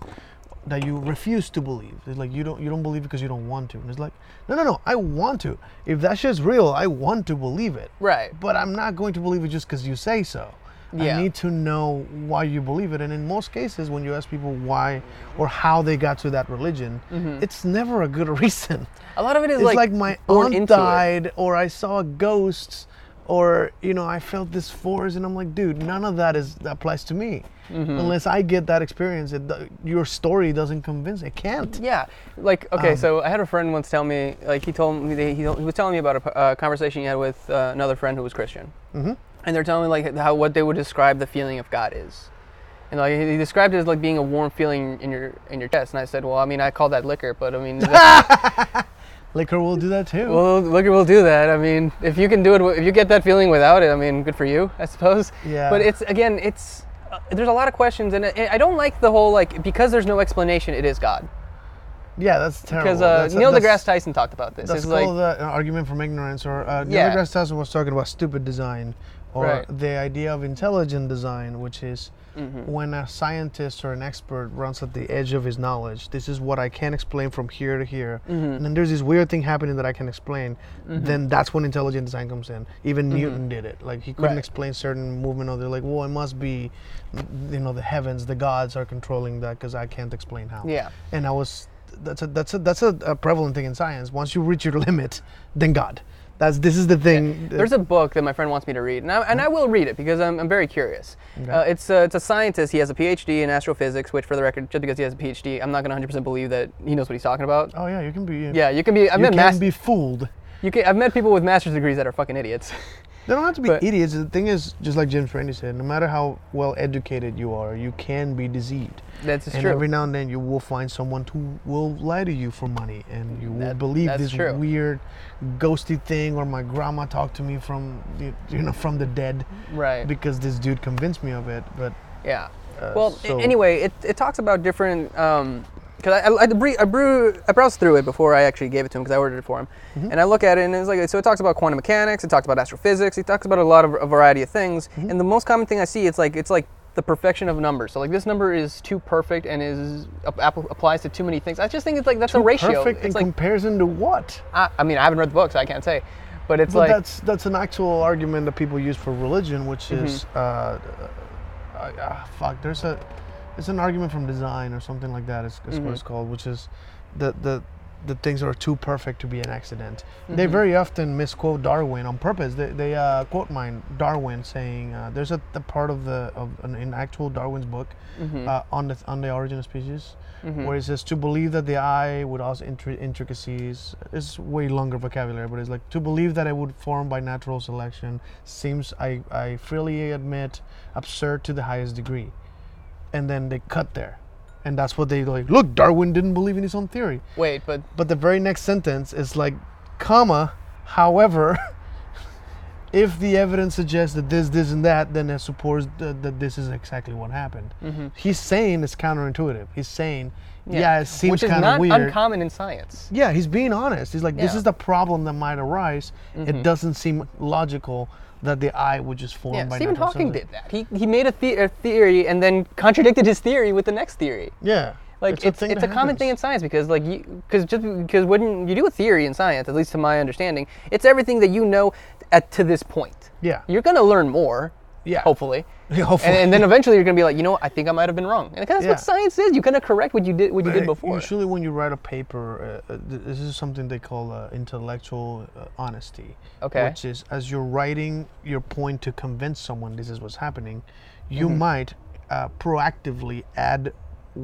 Speaker 10: that you refuse to believe. It's like you don't, you don't believe because you don't want to. And it's like, no, no, no, I want to. If that shit's real, I want to believe it.
Speaker 11: Right.
Speaker 10: But I'm not going to believe it just because you say so.
Speaker 11: Yeah.
Speaker 10: I need to know why you believe it. And in most cases, when you ask people why or how they got to that religion,
Speaker 11: Mm-hmm.
Speaker 10: it's never a good reason.
Speaker 11: A lot of it is
Speaker 10: It's
Speaker 11: like,
Speaker 10: like, my
Speaker 11: born
Speaker 10: aunt
Speaker 11: into it.
Speaker 10: died, or I saw a ghost, or you know I felt this force, and I'm like, dude, none of that is that applies to me,
Speaker 11: Mm-hmm.
Speaker 10: unless I get that experience. It, do- your story doesn't convince. It can't.
Speaker 11: Yeah. Like, okay,
Speaker 10: Um.
Speaker 11: so I had a friend once tell me, like, he told me that he, he was telling me about a p- uh, conversation he had with uh, another friend who was Christian, mm-hmm. and they're telling me like how what they would describe the feeling of God is, and like he he described it as like being a warm feeling in your in your chest, and I said, well, I mean, I call that liquor, but I mean. that's-
Speaker 10: Liquor will do that too.
Speaker 11: Well, look, we'll do that. I mean, if you can do it, wi- if you get that feeling without it, I mean, good for you, I suppose.
Speaker 10: Yeah.
Speaker 11: But it's again, it's eh, uh, there's a lot of questions, and I, I don't like the whole like because there's no explanation, it is God.
Speaker 10: Yeah, that's terrible.
Speaker 11: Because uh,
Speaker 10: Oh, That's-
Speaker 11: Neil
Speaker 10: that's-
Speaker 11: deGrasse Tyson talked about this.
Speaker 10: That's
Speaker 11: It's like
Speaker 10: called uh, an argument from ignorance, or uh, Neil
Speaker 11: Yeah.
Speaker 10: deGrasse Tyson was talking about stupid design, or
Speaker 11: Right.
Speaker 10: the idea of intelligent design, which is
Speaker 11: Mm-hmm.
Speaker 10: when a scientist or an expert runs at the edge of his knowledge. This is what I can explain from here to here,
Speaker 11: Mm-hmm.
Speaker 10: and then there's this weird thing happening that I can explain. Then that's when intelligent design comes in. Even Newton did it; like he couldn't
Speaker 11: Mm-hmm. Right.
Speaker 10: explain certain movement, or they're like, "Well, it must be, you know, the heavens, the gods are controlling that because I can't explain how."
Speaker 11: Yeah.
Speaker 10: and I was that's a that's a that's a, a prevalent thing in science. Once you reach your limit, then God. That's this is the thing.
Speaker 11: There's a book that my friend wants me to read, and I, and I will read it because I'm, I'm very curious. Uh, it's, a, it's a scientist. He has a PhD in astrophysics, which, for the record, just because he has a PhD, I'm not going to 100% believe that he knows what he's talking about.
Speaker 10: oh yeah, you can be
Speaker 11: Yeah, you can be. I've
Speaker 10: you
Speaker 11: met
Speaker 10: can
Speaker 11: mas-
Speaker 10: be fooled.
Speaker 11: you can, I've met people with master's degrees that are fucking idiots.
Speaker 10: They don't have to be
Speaker 11: But-
Speaker 10: idiots. The thing is, just like James Randi said, no matter how well educated you are, you can be deceived.
Speaker 11: That's
Speaker 10: and
Speaker 11: true.
Speaker 10: every now and then you will find someone who will lie to you for money, and you will
Speaker 11: That-
Speaker 10: believe
Speaker 11: that's
Speaker 10: this
Speaker 11: true.
Speaker 10: weird, ghosty thing, or my grandma talked to me from the, you know from the dead,
Speaker 11: Right.
Speaker 10: Because this dude convinced me of it. But
Speaker 11: Yeah. well, a-
Speaker 10: Uh, so-
Speaker 11: anyway, it, it talks about different. Because I, I, I, bre- I, brew, I browsed through it before I actually gave it to him because I ordered it for him.
Speaker 10: Mm-hmm.
Speaker 11: And I look at it and it's like, so it talks about quantum mechanics, it talks about astrophysics, it talks about a lot of a variety of things.
Speaker 10: Mm-hmm.
Speaker 11: And the most common thing I see, it's like, it's like the perfection of numbers. So like this number is too perfect and is ap- app- applies to too many things. I just think it's like that's a ratio.
Speaker 10: perfect in
Speaker 11: it's like
Speaker 10: comparison to what?
Speaker 11: I, I mean I haven't read the book, so I can't say, but it's
Speaker 10: But
Speaker 11: like
Speaker 10: that's that's an actual argument that people use for religion, which
Speaker 11: Mm-hmm.
Speaker 10: is uh, uh, ah, fuck. There's a it's an argument from design or something like that. Is,
Speaker 11: Mm-hmm.
Speaker 10: is what it's called, which is the the the things that are too perfect to be an accident.
Speaker 11: Mm-hmm.
Speaker 10: They very often misquote Darwin on purpose. They, they uh, quote mine Darwin saying uh, there's a, the part of the of an, in actual Darwin's book uh, on the on the origin of species where it says to believe that the eye would also intri- intricacies it's way longer vocabulary but it's like to believe that it would form by natural selection seems i, I freely admit absurd to the highest degree and then they cut there and that's what they like look darwin didn't believe in his own theory
Speaker 11: wait, but
Speaker 10: but the very next sentence is like comma however if the evidence suggests that this this and that then it supports that, that this is exactly what happened
Speaker 11: Mm-hmm.
Speaker 10: he's saying it's counterintuitive he's saying yeah, it seems
Speaker 11: which is
Speaker 10: kind of
Speaker 11: not
Speaker 10: weird
Speaker 11: uncommon in science.
Speaker 10: yeah he's being honest he's like this
Speaker 11: Yeah. Mm-hmm.
Speaker 10: is the problem that might arise it doesn't seem logical that the eye would just form
Speaker 11: Yeah,
Speaker 10: by
Speaker 11: Stephen
Speaker 10: natural
Speaker 11: Hawking
Speaker 10: selection."
Speaker 11: did that. He, he made a, the- a theory and then contradicted his theory with the next theory.
Speaker 10: yeah
Speaker 11: Like it's it's a,
Speaker 10: thing that
Speaker 11: common thing in
Speaker 10: happens.
Speaker 11: science because like you because just because when you do a theory in science, at least to my understanding, it's everything that you know at to this point.
Speaker 10: Yeah.
Speaker 11: You're gonna learn more.
Speaker 10: Yeah.
Speaker 11: Hopefully.
Speaker 10: Yeah, hopefully.
Speaker 11: And, and then eventually you're gonna be like, you know, what? I think I might have been wrong. And that's
Speaker 10: Yeah.
Speaker 11: what science is. You're gonna correct what you did what you did
Speaker 10: Uh,
Speaker 11: before.
Speaker 10: Usually, when you write a paper, uh, uh, th- this is something they call uh, intellectual uh, honesty.
Speaker 11: Okay.
Speaker 10: Which is as you're writing your point to convince someone this is what's happening, you
Speaker 11: Mm-hmm.
Speaker 10: might uh, proactively add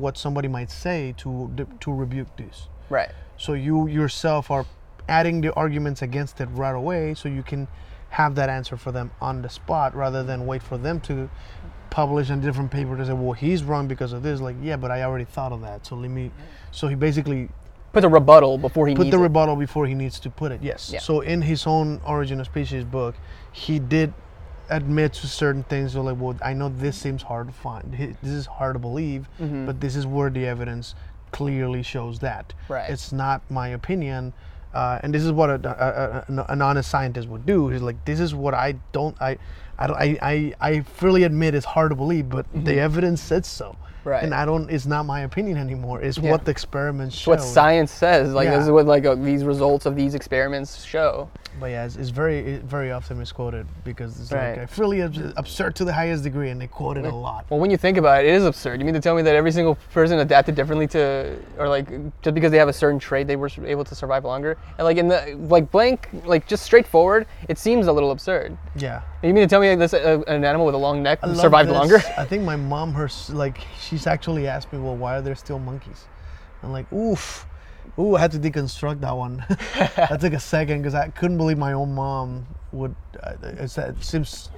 Speaker 10: what somebody might say to d- to rebuke this.
Speaker 11: Right.
Speaker 10: So you yourself are adding the arguments against it right away, so you can have that answer for them on the spot rather than wait for them to publish a different paper to say, well, he's wrong because of this. Like, yeah, but I already thought of that. So let me. So he basically
Speaker 11: Put the rebuttal before he
Speaker 10: put
Speaker 11: needs
Speaker 10: the
Speaker 11: it.
Speaker 10: rebuttal before he needs to put it. Yes.
Speaker 11: Yeah.
Speaker 10: So in his own Origin of Species book, he did admit to certain things. So like, well, I know this seems hard to find. Hi- This is hard to believe,
Speaker 11: Mm-hmm.
Speaker 10: but this is where the evidence clearly shows that.
Speaker 11: Right.
Speaker 10: It's not my opinion. Uh, and this is what a, a, a- an honest scientist would do. He's like, this is what I don't, I, I, don't, I, I, I freely admit it's hard to believe, but the evidence says so.
Speaker 11: Mm-hmm. Right.
Speaker 10: And I don't, it's not my opinion anymore. It's
Speaker 11: Yeah.
Speaker 10: what the experiments
Speaker 11: It's
Speaker 10: show.
Speaker 11: what science says. Like this
Speaker 10: Yeah.
Speaker 11: is what like uh, these results of these experiments show.
Speaker 10: But yeah, it's, it's very it very often misquoted because it's like
Speaker 11: Right.
Speaker 10: like really abs- absurd to the highest degree, and they quote it a lot.
Speaker 11: Well, when you think about it, it is absurd. You mean to tell me that every single person adapted differently to, or like just because they have a certain trait, they were s- able to survive longer? And like in the like blank, like just straightforward, it seems a little absurd.
Speaker 10: Yeah,
Speaker 11: You mean to tell me this uh, an animal with a long neck
Speaker 10: I love
Speaker 11: survived
Speaker 10: this.
Speaker 11: longer?
Speaker 10: I think my mom, her s- like, she's actually asked me, "Well, why are there still monkeys?" I'm like, "Oof, ooh," I had to deconstruct that one. that took a second because I couldn't believe my own mom would. Uh, it's, it seems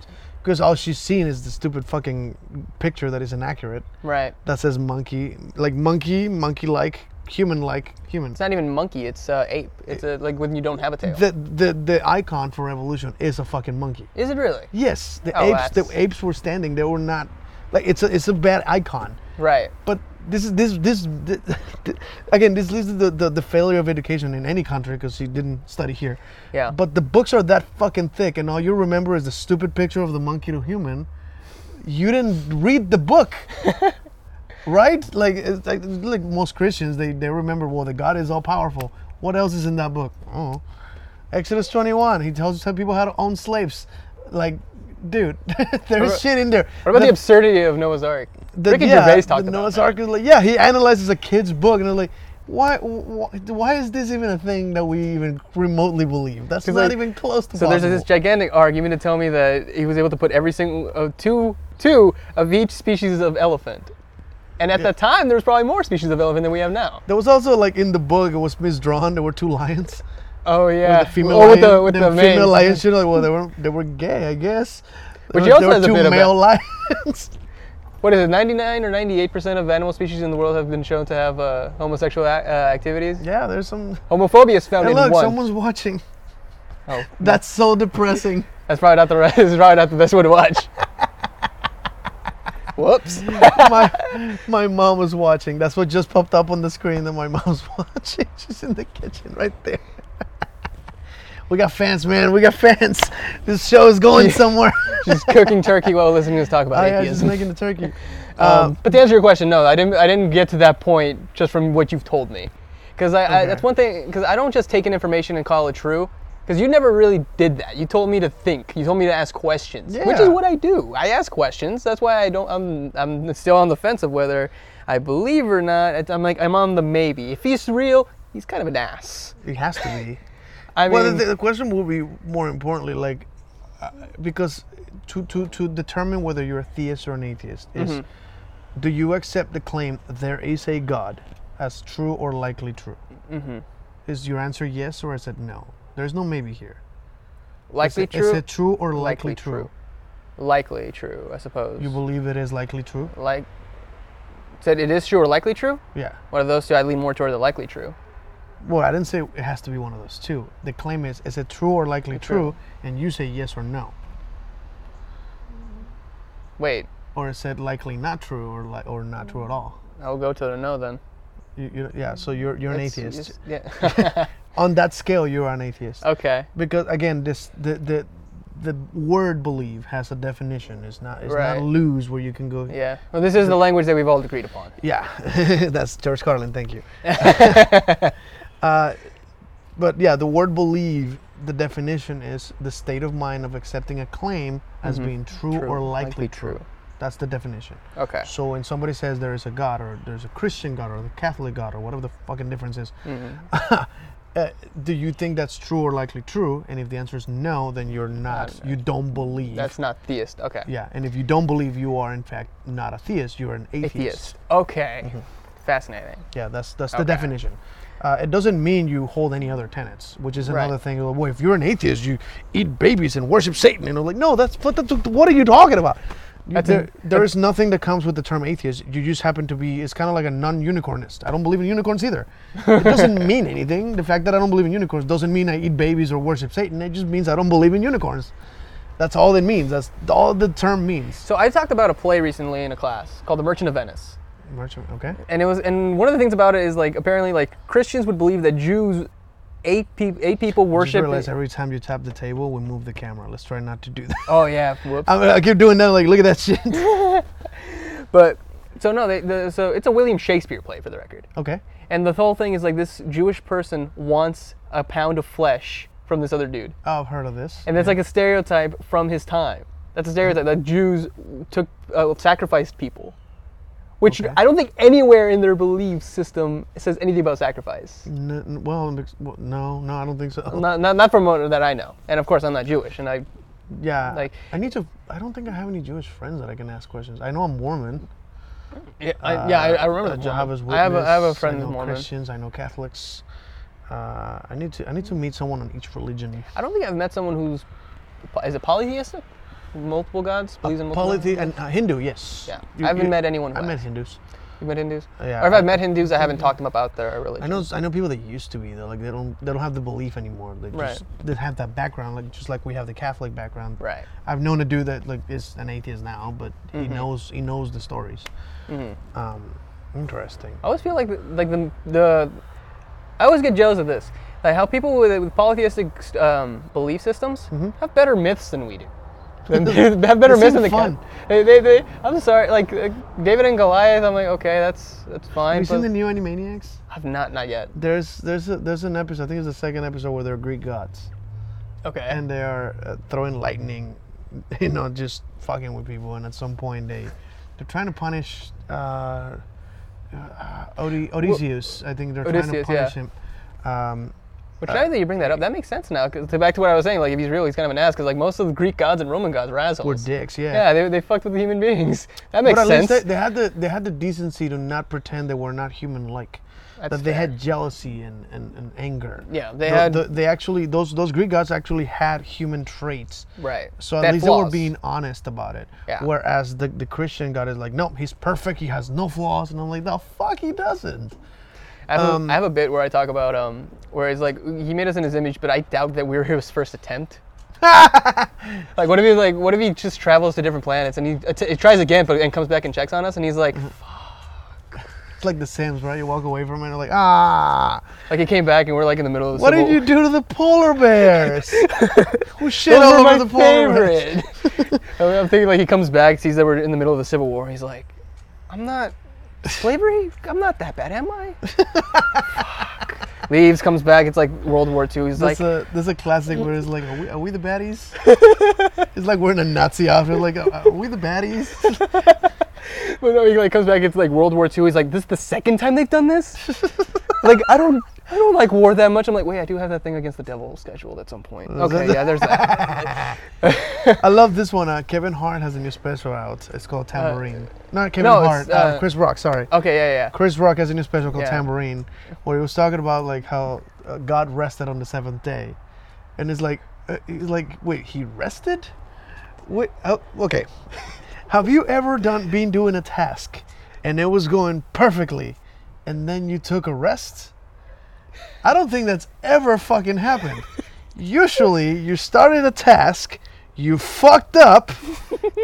Speaker 10: because all she's seen is the stupid fucking picture that is inaccurate
Speaker 11: Right.
Speaker 10: that says monkey, like monkey, monkey like, human like, human.
Speaker 11: It's not even monkey. It's uh, ape. It's uh like when you don't have a tail.
Speaker 10: the, the the icon for evolution is a fucking monkey.
Speaker 11: is it really?
Speaker 10: Yes, the
Speaker 11: Oh,
Speaker 10: apes the
Speaker 11: that's-
Speaker 10: apes were standing. They were not like it's a it's a bad icon.
Speaker 11: Right.
Speaker 10: But this is this this, this again this leads to the, the, the failure of education in any country because she didn't study here
Speaker 11: Yeah.
Speaker 10: but the books are that fucking thick and all you remember is the stupid picture of the monkey to human you didn't read the book right like it's like, like most christians they, they remember well the god is all powerful what else is in that book oh exodus 21 he tells some people how to own slaves like dude there's shit in there
Speaker 11: What about the,
Speaker 10: The-
Speaker 11: absurdity of Noah's Ark?
Speaker 10: the-
Speaker 11: Ricky
Speaker 10: yeah,
Speaker 11: Gervais talked
Speaker 10: the
Speaker 11: about
Speaker 10: Noah's
Speaker 11: that.
Speaker 10: Ark is like, yeah, he analyzes a kid's book, and they're like, why, why, why is this even a thing that we even remotely believe? That's not
Speaker 11: like-
Speaker 10: even close to
Speaker 11: So there's this
Speaker 10: possible."
Speaker 11: gigantic argument to tell me that he was able to put every single uh, two two of each species of elephant, and at the time there was probably more species of elephant than we have now.
Speaker 10: There was also like in the book, it was misdrawn. There were two lions.
Speaker 11: Oh yeah,
Speaker 10: The female
Speaker 11: or with
Speaker 10: lion-
Speaker 11: the with the, mane.
Speaker 10: female lion. You know, well, they were they were gay, I guess. There
Speaker 11: Which he
Speaker 10: were-
Speaker 11: also
Speaker 10: there were
Speaker 11: has a
Speaker 10: two
Speaker 11: bit of a-
Speaker 10: male lions.
Speaker 11: What is it? 99 or 98 percent of animal species in the world have been shown to have uh, homosexual ac- uh, activities.
Speaker 10: yeah, there's some.
Speaker 11: Homophobia is found
Speaker 10: Hey,
Speaker 11: in
Speaker 10: look,
Speaker 11: one.
Speaker 10: someone's watching.
Speaker 11: Oh.
Speaker 10: That's so depressing.
Speaker 11: That's probably not the right. That's probably not the best way to watch. Whoops.
Speaker 10: my my mom was watching. That's what just popped up on the screen that my mom's watching. She's in the kitchen right there. we got fans, man. We got fans. This show is going somewhere.
Speaker 11: She's cooking turkey while listening to us talk about
Speaker 10: oh, yeah, she's
Speaker 11: atheism.
Speaker 10: making the turkey.
Speaker 11: Um, but to answer your question, no, I didn't. I didn't get to that point just from what you've told me, because I, I, that's one thing. Because I don't just take in information and call it true. Because you never really did that. You told me to think. You told me to ask questions, which is
Speaker 10: Yeah.
Speaker 11: what I do. I ask questions. That's why I don't. I'm. I'm still on the fence of whether I believe or not. It's- I'm like I'm on the maybe. If he's real, he's kind of an ass.
Speaker 10: It has to be.
Speaker 11: I mean,
Speaker 10: well, the, the question would be more importantly, like, uh, because to, to, to determine whether you're a theist or an atheist is
Speaker 11: Mm-hmm.
Speaker 10: do you accept the claim there is a God as true or likely true?
Speaker 11: Mm-hmm.
Speaker 10: Is your answer yes or is it no? There's no maybe here. Is
Speaker 11: likely
Speaker 10: it,
Speaker 11: true.
Speaker 10: Is it true or likely,
Speaker 11: Likely
Speaker 10: true?
Speaker 11: true. Likely true, I suppose.
Speaker 10: You believe it is likely true?
Speaker 11: like said it is true or likely true.
Speaker 10: Yeah.
Speaker 11: One of those two, I lean more toward the likely true.
Speaker 10: Well, I didn't say it has to be one of those two. The claim is, is it true or likely true? And you say yes or no.
Speaker 11: Wait,
Speaker 10: Or is it likely not true or, li- or not
Speaker 11: Mm.
Speaker 10: true at all?
Speaker 11: I'll go to the no then.
Speaker 10: You, you, yeah, so you're, you're an
Speaker 11: It's-
Speaker 10: atheist.
Speaker 11: it's- yeah.
Speaker 10: On that scale, you're an atheist.
Speaker 11: okay.
Speaker 10: Because again, this the, the the word believe has a definition. It's not it's
Speaker 11: Right.
Speaker 10: not loose where you can go.
Speaker 11: Yeah. Well, this is the language that we've all agreed upon.
Speaker 10: Yeah, that's George Carlin. Thank you. uh, but yeah, the word believe, the definition is the state of mind of accepting a claim as being Mm-hmm. true,
Speaker 11: True,
Speaker 10: or likely,
Speaker 11: likely
Speaker 10: true.
Speaker 11: true.
Speaker 10: That's the definition.
Speaker 11: Okay.
Speaker 10: So when somebody says there is a God or there's a Christian God or the Catholic God or whatever the fucking difference is, uh, do you think that's true or likely true? And if the answer is no, then you're not. You don't believe.
Speaker 11: That's not theist. Okay.
Speaker 10: yeah, and if you don't believe, you are in fact not a theist. You're an
Speaker 11: Atheist. Okay.
Speaker 10: Mm-hmm.
Speaker 11: Fascinating.
Speaker 10: yeah, that's that's the
Speaker 11: Okay.
Speaker 10: definition. Uh, it doesn't mean you hold any other tenets, which is
Speaker 11: Right.
Speaker 10: another thing. Like, well, if you're an atheist, you eat babies and worship Satan. You know, like no, that's what, that's, what are you talking about? You-
Speaker 11: That's
Speaker 10: there,
Speaker 11: a-
Speaker 10: there is nothing that comes with the term atheist. You just happen to be. It's kind of like a non-unicornist. I don't believe in unicorns either. It doesn't mean anything. The fact that I don't believe in unicorns doesn't mean I eat babies or worship Satan. It just means I don't believe in unicorns. That's all it means. That's all the term means.
Speaker 11: So I talked about a play recently in a class called The Merchant of Venice.
Speaker 10: Merchant- Okay.
Speaker 11: and it was and one of the things about it is like apparently like Christians would believe that Jews eight people eight people
Speaker 10: Just
Speaker 11: worship
Speaker 10: realize every time you tap the table, we move the camera. Let's try not to do that.
Speaker 11: oh yeah whoops
Speaker 10: I, mean, I keep doing that. Like, look at that shit.
Speaker 11: but so no they, the, so it's a William Shakespeare play for the record
Speaker 10: okay.
Speaker 11: and the whole thing is like this Jewish person wants a pound of flesh from this other dude
Speaker 10: Oh, I've heard of this.
Speaker 11: and that's like a stereotype from his time that's a stereotype that Jews took uh, sacrificed people which I don't think anywhere in their belief system says anything about sacrifice
Speaker 10: N- n- well, I'm ex- well, no, no, I don't think so.
Speaker 11: not not, not from what- that I know and of course I'm not Jewish and I
Speaker 10: yeah.
Speaker 11: like-
Speaker 10: I need to. I don't think I have any Jewish friends that I can ask questions. I know I'm Mormon.
Speaker 11: Yeah, I, yeah, I, I remember
Speaker 10: uh,
Speaker 11: the
Speaker 10: Jehovah's
Speaker 11: Mormon. I have a, I have a
Speaker 10: Witness,
Speaker 11: friend
Speaker 10: I
Speaker 11: who's
Speaker 10: know
Speaker 11: Mormon.
Speaker 10: Christians. I know Catholics. Uh, I need to. I need to meet someone on each religion.
Speaker 11: I don't think I've met someone who's is it polytheistic, multiple gods, believes in multiple.
Speaker 10: Polythe
Speaker 11: gods?
Speaker 10: and uh, Hindu. Yes.
Speaker 11: Yeah, I haven't met anyone who
Speaker 10: I met
Speaker 11: has.
Speaker 10: Hindus.
Speaker 11: You met Hindus?
Speaker 10: Yeah,
Speaker 11: Or if
Speaker 10: I-
Speaker 11: I've met Hindus, I haven't talked them about their religion.
Speaker 10: I know. I know people that used to be though. Like they don't. They don't have the belief anymore. They
Speaker 11: Right.
Speaker 10: just. They have that background. Like just like we have the Catholic background.
Speaker 11: Right. Mm-hmm.
Speaker 10: I've known a dude that like is an atheist now, but he knows he knows the stories. Um, Interesting.
Speaker 11: I always feel like the, like the the I always get jealous of this. Like how people with, with polytheistic um, belief systems have better myths than we do. Than- have
Speaker 10: Mm-hmm. They
Speaker 11: better myths
Speaker 10: seem
Speaker 11: than the
Speaker 10: fun.
Speaker 11: Ca- They, they, they, I'm sorry, like uh, David and Goliath. I'm like, okay, that's that's fine.
Speaker 10: Have you seen
Speaker 11: but
Speaker 10: the new Animaniacs?
Speaker 11: I've not not yet.
Speaker 10: There's there's a, there's an episode. I think it's the second episode where they're Greek gods
Speaker 11: Okay.
Speaker 10: and they are uh, throwing lightning, you know, just fucking with people. And at some point they they're trying to punish uh, uh, Ode- Odysseus. I think they're trying to
Speaker 11: Odysseus, yeah.
Speaker 10: punish him. Um,
Speaker 11: Which now that you bring that up, that makes sense now. 'cause to back to what I was saying, like if he's real, he's kind of an ass. Because like most of the Greek gods and Roman gods were assholes.
Speaker 10: were dicks. Yeah.
Speaker 11: Yeah, they, they fucked with the human beings. That makes
Speaker 10: but at
Speaker 11: sense.
Speaker 10: least they, they had the they had the decency to not pretend they were not human like.
Speaker 11: That's
Speaker 10: That they
Speaker 11: fair.
Speaker 10: had jealousy and, and, and anger.
Speaker 11: Yeah, they
Speaker 10: The-
Speaker 11: had-
Speaker 10: the- they actually those those Greek gods actually had human traits.
Speaker 11: Right.
Speaker 10: So at
Speaker 11: They had
Speaker 10: least they were
Speaker 11: flaws.
Speaker 10: being honest about it.
Speaker 11: Yeah.
Speaker 10: Whereas the, the Christian God is like, no, he's perfect. He has no flaws. And I'm like, the fuck, he doesn't.
Speaker 11: I have,
Speaker 10: Um,
Speaker 11: a, I have a bit where I talk about um, where he's like, he made us in his image, but I doubt that we were his first attempt. like, what if he like, what if he just travels to different planets and he, att- he tries again, but and comes back and checks on us, and he's like,
Speaker 10: It's like The Sims, right? You walk away from it and you're like, ah,
Speaker 11: like he came back and we're like in the middle of the
Speaker 10: what
Speaker 11: Civil
Speaker 10: did you do to the polar bears? we shit
Speaker 11: Those
Speaker 10: all
Speaker 11: were
Speaker 10: over
Speaker 11: my
Speaker 10: the polar bears.
Speaker 11: favorite. I mean, I'm thinking like he comes back, sees that we're in the middle of the Civil War, and he's like, I'm not slavery. I'm not that bad, am I? Fuck. Leaves, comes back. It's like World War II. He's
Speaker 10: There's
Speaker 11: like,
Speaker 10: a, there's a classic where it's like, are we, are we the baddies? it's like we're in a Nazi outfit. Like, are are we the baddies?
Speaker 11: But no, he like comes back. It's like World War II. He's like, this is the second time they've done this. like I don't, I don't like war that much. I'm like, wait, I do have that thing against the devil scheduled at some point. Okay, yeah, there's that.
Speaker 10: I love this one. Uh, Kevin Hart has a new special out. It's called Tambourine. Not Kevin
Speaker 11: Uh, no, it's,
Speaker 10: Hart. Uh,
Speaker 11: uh,
Speaker 10: Chris Rock. Sorry.
Speaker 11: Okay, yeah, yeah.
Speaker 10: Chris Rock has a new special called
Speaker 11: Yeah.
Speaker 10: Tambourine, where he was talking about like how uh, God rested on the seventh day, and it's like, uh, it's like, wait, he rested? Wait, oh, okay. Have you ever done been doing a task, and it was going perfectly, and then you took a rest? I don't think that's ever fucking happened. Usually, you started a task, you fucked up,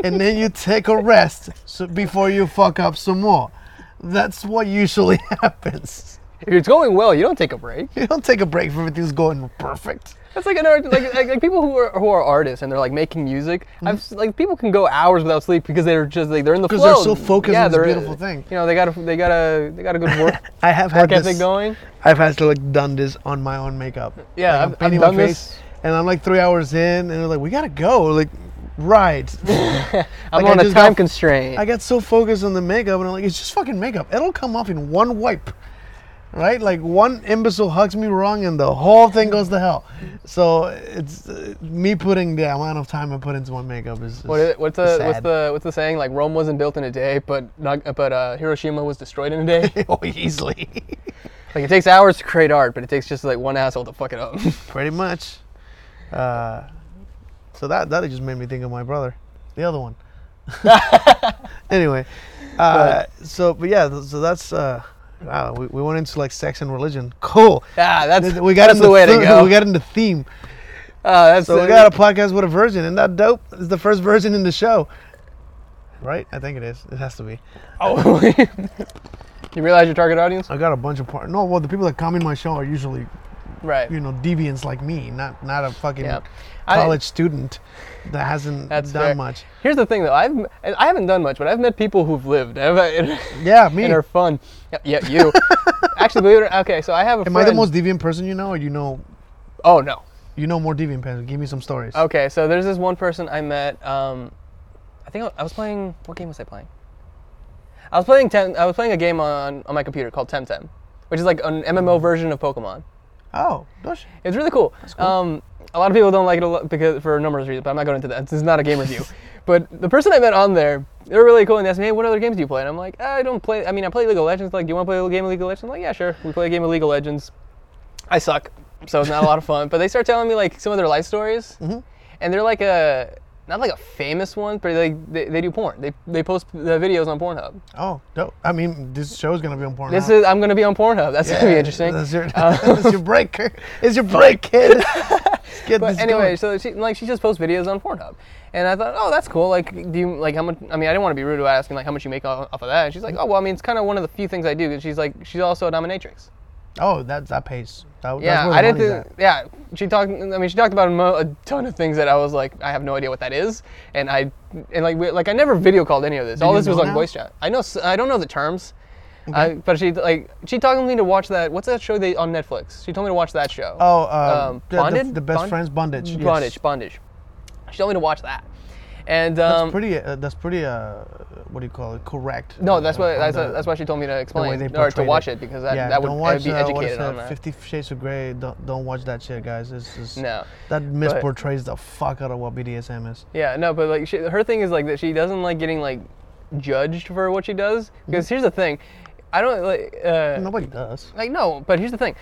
Speaker 10: and then you take a rest so before you fuck up some more. That's what usually happens.
Speaker 11: If it's going well, you don't take a break.
Speaker 10: You don't take a break if everything's going perfect.
Speaker 11: That's like an art, like, like, like people who are who are artists and they're like making music. I've s- like people can go hours without sleep because they're just like they're in the flow.
Speaker 10: 'Cause they're so focused
Speaker 11: Yeah,
Speaker 10: on this
Speaker 11: they're-
Speaker 10: beautiful thing.
Speaker 11: You know, they got a they got a they got a good work
Speaker 10: I have had
Speaker 11: work
Speaker 10: this.
Speaker 11: ethic going.
Speaker 10: I've had to like done this on my own makeup.
Speaker 11: Yeah,
Speaker 10: Like,
Speaker 11: I've-
Speaker 10: I'm
Speaker 11: I've
Speaker 10: painting
Speaker 11: done
Speaker 10: my
Speaker 11: this.
Speaker 10: face, and I'm like three hours in, and they're like, "We gotta go." Like, right.
Speaker 11: I'm
Speaker 10: Like, I
Speaker 11: on a
Speaker 10: just got-
Speaker 11: time constraint.
Speaker 10: I got so focused on the makeup, and I'm like, "It's just fucking makeup. It'll come off in one wipe." Right? Like one imbecile hugs me wrong, and the whole thing goes to hell. So it's uh, me putting the amount of time I put into my makeup is. is
Speaker 11: What is, what's the what's
Speaker 10: sad.
Speaker 11: the what's the saying? Like Rome wasn't built in a day, but not, but uh, Hiroshima was destroyed in a day.
Speaker 10: oh, easily.
Speaker 11: like it takes hours to create art, but it takes just like one asshole to fuck it up.
Speaker 10: Pretty much. Uh, so that that just made me think of my brother, the other one. anyway, uh, so but yeah, th- so that's uh, wow. We, we went into like sex and religion. Cool.
Speaker 11: yeah, Ah, that's
Speaker 10: We got
Speaker 11: that's
Speaker 10: into
Speaker 11: the way to
Speaker 10: theme-
Speaker 11: go.
Speaker 10: We got into theme.
Speaker 11: uh, that's
Speaker 10: So we
Speaker 11: uh,
Speaker 10: got a podcast with a virgin, and that dope is the first virgin in the show. Right? I think it is. It has to be.
Speaker 11: oh. you realize your target audience,
Speaker 10: I got a bunch of part. No, well, the people that come in my show are usually,
Speaker 11: right?
Speaker 10: you know, deviants like me, not not a fucking
Speaker 11: Yep. I-
Speaker 10: college student that hasn't
Speaker 11: That's
Speaker 10: done
Speaker 11: fair.
Speaker 10: much.
Speaker 11: Here's the thing, though. I've and I haven't done much, but I've met people who've lived. I've,
Speaker 10: Yeah, me.
Speaker 11: and are fun. Yeah, yeah, you. Actually, believe it or okay, so I have a.
Speaker 10: Am I
Speaker 11: friend.
Speaker 10: the most deviant person you know, or you know,
Speaker 11: Oh no.
Speaker 10: you know more deviant people? Give me some stories.
Speaker 11: Okay, so there's this one person I met. Um, I think I was playing. What game was I playing? I was playing Tem- I was playing a game on, on my computer called Temtem, which is like an MMO version of Pokemon.
Speaker 10: Oh, does she?
Speaker 11: It's really cool. Um, a lot of people don't like it a lot because for a number of reasons, but I'm not going into that. This is not a game review. but the person I met on there, they were really cool and they asked me, "Hey, what other games do you play?" And I'm like, "I don't play. I mean, I play League of Legends. Like, do you want to play a game of League of Legends?" I'm like, yeah, sure. We play a game of League of Legends. I
Speaker 10: Mm-hmm.
Speaker 11: suck, so it's not a lot of fun. But they start telling me like some of their life stories, and they're like a not like a famous one, but like they, they do porn. They, they post the videos on Pornhub.
Speaker 10: Oh, dope. I mean, this show is gonna be on Pornhub.
Speaker 11: This is I'm gonna be on Pornhub. That's gonna be
Speaker 10: Yeah,
Speaker 11: interesting. Uh,
Speaker 10: That's your, that's your break. Kurt. It's your break, kid. Let's get
Speaker 11: But
Speaker 10: this going.
Speaker 11: anyway, so she like she just posts videos on Pornhub, and I thought, oh, that's cool. Like, do you like how much? I mean, I didn't want to be rude about asking like how much you make off, off of that. And she's like, oh, well, I mean, it's kind of one of the few things I do. 'cause she's like, she's also a dominatrix.
Speaker 10: oh, that that pays. That, that's
Speaker 11: Yeah,
Speaker 10: where
Speaker 11: I
Speaker 10: the
Speaker 11: didn't.
Speaker 10: money's
Speaker 11: Think, yeah, she talked. I mean, she talked about a, mo- a ton of things that I was like, I have no idea what that is, and I and like we, like I never video called any of this. All
Speaker 10: you
Speaker 11: this was
Speaker 10: know
Speaker 11: on
Speaker 10: now?
Speaker 11: voice chat. I know s- I don't know the terms, I, but she like she talked me to watch that. What's that show they on Netflix? She told me to watch that show.
Speaker 10: Oh, uh, the- the-
Speaker 11: um, Bonded.
Speaker 10: the Best Friends Bondage, yes.
Speaker 11: Bondage. Bondage. She told me to watch that, and
Speaker 10: That's
Speaker 11: um,
Speaker 10: pretty. Uh, that's pretty. Uh, what do you call it? Correct.
Speaker 11: no, that's
Speaker 10: uh,
Speaker 11: why
Speaker 10: on
Speaker 11: that's,
Speaker 10: the-
Speaker 11: that's why she told me to
Speaker 10: the way
Speaker 11: explain
Speaker 10: they
Speaker 11: or to
Speaker 10: portrayed
Speaker 11: watch it because that,
Speaker 10: yeah,
Speaker 11: that would
Speaker 10: don't
Speaker 11: I'd
Speaker 10: watch,
Speaker 11: be
Speaker 10: uh, what
Speaker 11: educated
Speaker 10: is it,
Speaker 11: on that.
Speaker 10: Fifty Shades of Grey. Don't don't watch that shit, guys. It's just
Speaker 11: No,
Speaker 10: that misportrays the fuck out of what BDSM is.
Speaker 11: Yeah, no, but like she, her thing is like that she doesn't like getting like judged for what she does.
Speaker 10: Mm-hmm.
Speaker 11: Because here's the thing, I don't like uh,
Speaker 10: Nobody does.
Speaker 11: like no, but here's the thing.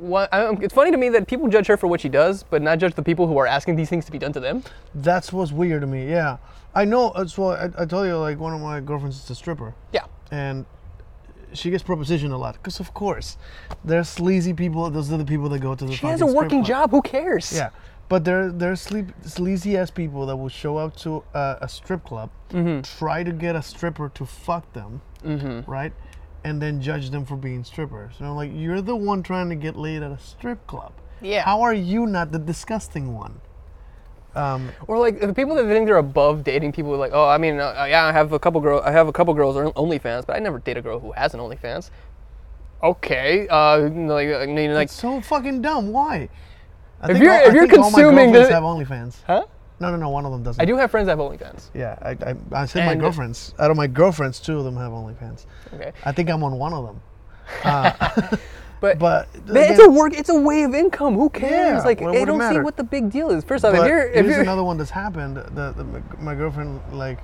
Speaker 11: What, I, um, it's funny to me that people judge her for what she does, but not judge the people who are asking these things to be done to them.
Speaker 10: That's what's weird to me. Yeah, I know. That's why I, I told you. Like one of my girlfriends is a stripper.
Speaker 11: Yeah,
Speaker 10: and she gets proposition a lot because of course there's sleazy people those are the people that go to the
Speaker 11: she has
Speaker 10: fucking
Speaker 11: a
Speaker 10: strip
Speaker 11: working
Speaker 10: club.
Speaker 11: job. Who cares?
Speaker 10: yeah but there there's sleep, sleazy ass people that will show up to a, a strip club
Speaker 11: Mm-hmm.
Speaker 10: try to get a stripper to fuck them right and then judge them for being strippers and i'm like you're the one trying to get laid at a strip club
Speaker 11: Yeah.
Speaker 10: how are you not the disgusting one
Speaker 11: Or like the people that think they're above dating people, like, oh, I mean, uh, yeah, I have a couple girl, I have a couple girls that are OnlyFans, but I never date a girl who has an OnlyFans. Okay, uh, like, I mean, like,
Speaker 10: it's so fucking dumb why I
Speaker 11: If you're- if you're
Speaker 10: all my
Speaker 11: consuming the-
Speaker 10: girlfriends have OnlyFans.
Speaker 11: huh?
Speaker 10: No, no, no. One of them doesn't.
Speaker 11: I do have friends that have OnlyFans.
Speaker 10: Yeah, I, I, I said my
Speaker 11: And-
Speaker 10: girlfriends. Out of my girlfriends, two of them have OnlyFans.
Speaker 11: Okay.
Speaker 10: I think I'm on one of them.
Speaker 11: But,
Speaker 10: But
Speaker 11: Th- it's a
Speaker 10: again,
Speaker 11: work. It's a way of income. Who cares?
Speaker 10: Yeah,
Speaker 11: like,
Speaker 10: well,
Speaker 11: I
Speaker 10: what
Speaker 11: don't see
Speaker 10: matter?
Speaker 11: what the big deal is. First off, if
Speaker 10: but
Speaker 11: you're, if
Speaker 10: here's
Speaker 11: you're,
Speaker 10: another one that's happened. The, the, my- my girlfriend like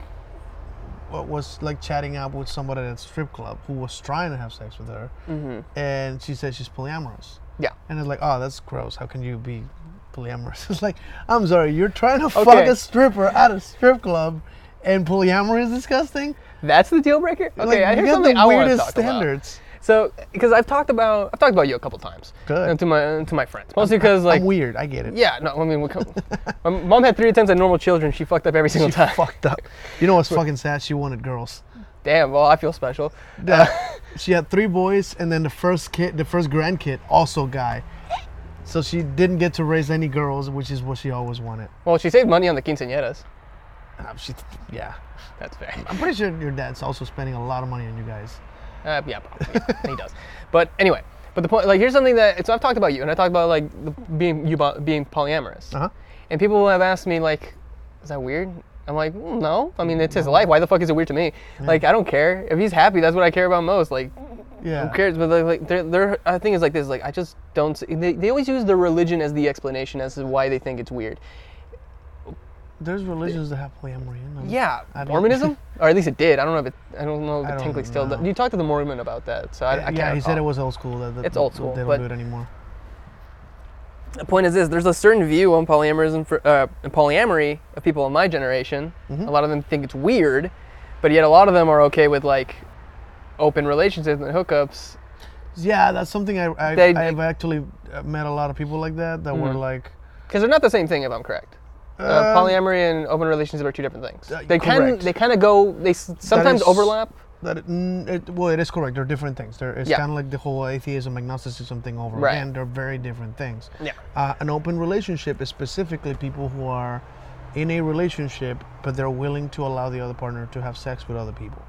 Speaker 10: wa- was like chatting up with somebody at a strip club who was trying to have sex with her, and she said she's polyamorous.
Speaker 11: Mm-hmm. yeah,
Speaker 10: And it's like, oh, that's gross. How can you be polyamorous? It's like, I'm sorry, you're trying to fuck
Speaker 11: Okay.
Speaker 10: a stripper at a strip club, and polyamory is disgusting.
Speaker 11: that's the deal breaker. Okay,
Speaker 10: Like,
Speaker 11: I
Speaker 10: you
Speaker 11: hear
Speaker 10: got
Speaker 11: something
Speaker 10: the
Speaker 11: I want to
Speaker 10: weirdest
Speaker 11: talk about.
Speaker 10: standards.
Speaker 11: So, because I've talked about, I've talked about you a couple times.
Speaker 10: Good.
Speaker 11: uh, To my, to my friends, mostly because like,
Speaker 10: I'm weird. I get it.
Speaker 11: yeah, no, I mean, we come, my mom had three attempts at normal children. She fucked up every single
Speaker 10: She
Speaker 11: time.
Speaker 10: fucked up. You know what's fucking sad? She wanted girls. Uh,
Speaker 11: Damn. Well, I feel special.
Speaker 10: She had three boys, and then the first kid, the first grandkid, also guy. So she didn't get to raise any girls, which is what she always wanted.
Speaker 11: Well, she saved money on the quinceañeras.
Speaker 10: Um, she, yeah.
Speaker 11: That's fair.
Speaker 10: I'm pretty sure your dad's also spending a lot of money on you guys.
Speaker 11: Uh, yeah, probably. he does. But anyway, but the point, like, here's something that so I've talked about you, and I talked about like the, being you bo- being polyamorous,
Speaker 10: Uh-huh.
Speaker 11: and people have asked me like, is that weird? I'm like, "Mm, no. I mean, it's his life. Why the fuck is it weird to me? Like, I don't care if he's happy. That's what I care about most. Like,
Speaker 10: Yeah.
Speaker 11: who cares? But like, like their their uh, thing is like this. Like, I just don't. See, they, they always use their religion as the explanation as to why they think it's weird.
Speaker 10: There's religions that have polyamory in them.
Speaker 11: Yeah,
Speaker 10: I don't-
Speaker 11: Mormonism, or at least it did. I don't know if it. I don't know if
Speaker 10: I
Speaker 11: it
Speaker 10: don't
Speaker 11: technically still.
Speaker 10: know.
Speaker 11: Does. You talked to the Mormon about that, so I, I can't.
Speaker 10: yeah, he said
Speaker 11: recall.
Speaker 10: it was old school. That, that
Speaker 11: It's old school,
Speaker 10: They don't
Speaker 11: but-
Speaker 10: do it anymore.
Speaker 11: the point is this: there's a certain view on polyamorism for, uh, and polyamory of people in my generation.
Speaker 10: Mm-hmm.
Speaker 11: A lot of them think it's weird, but yet a lot of them are okay with like open relationships and hookups.
Speaker 10: Yeah, that's something I, I
Speaker 11: They- Mm.
Speaker 10: I've actually uh, met a lot of people like that that were like.
Speaker 11: Because they're not the same thing, if I'm correct. Uh,
Speaker 10: Um,
Speaker 11: polyamory and open relationships are two different things.
Speaker 10: Uh,
Speaker 11: they can
Speaker 10: correct.
Speaker 11: they kind of go. They s- sometimes
Speaker 10: is-
Speaker 11: overlap.
Speaker 10: That it, mm, it, well, it is correct. They're different things. They're, it's
Speaker 11: Yeah.
Speaker 10: kind of like the whole atheism agnosticism thing over
Speaker 11: Right.
Speaker 10: again. They're very different things.
Speaker 11: Yeah.
Speaker 10: Uh, an open relationship is specifically people who are in a relationship, but they're willing to allow the other partner to have sex with other people.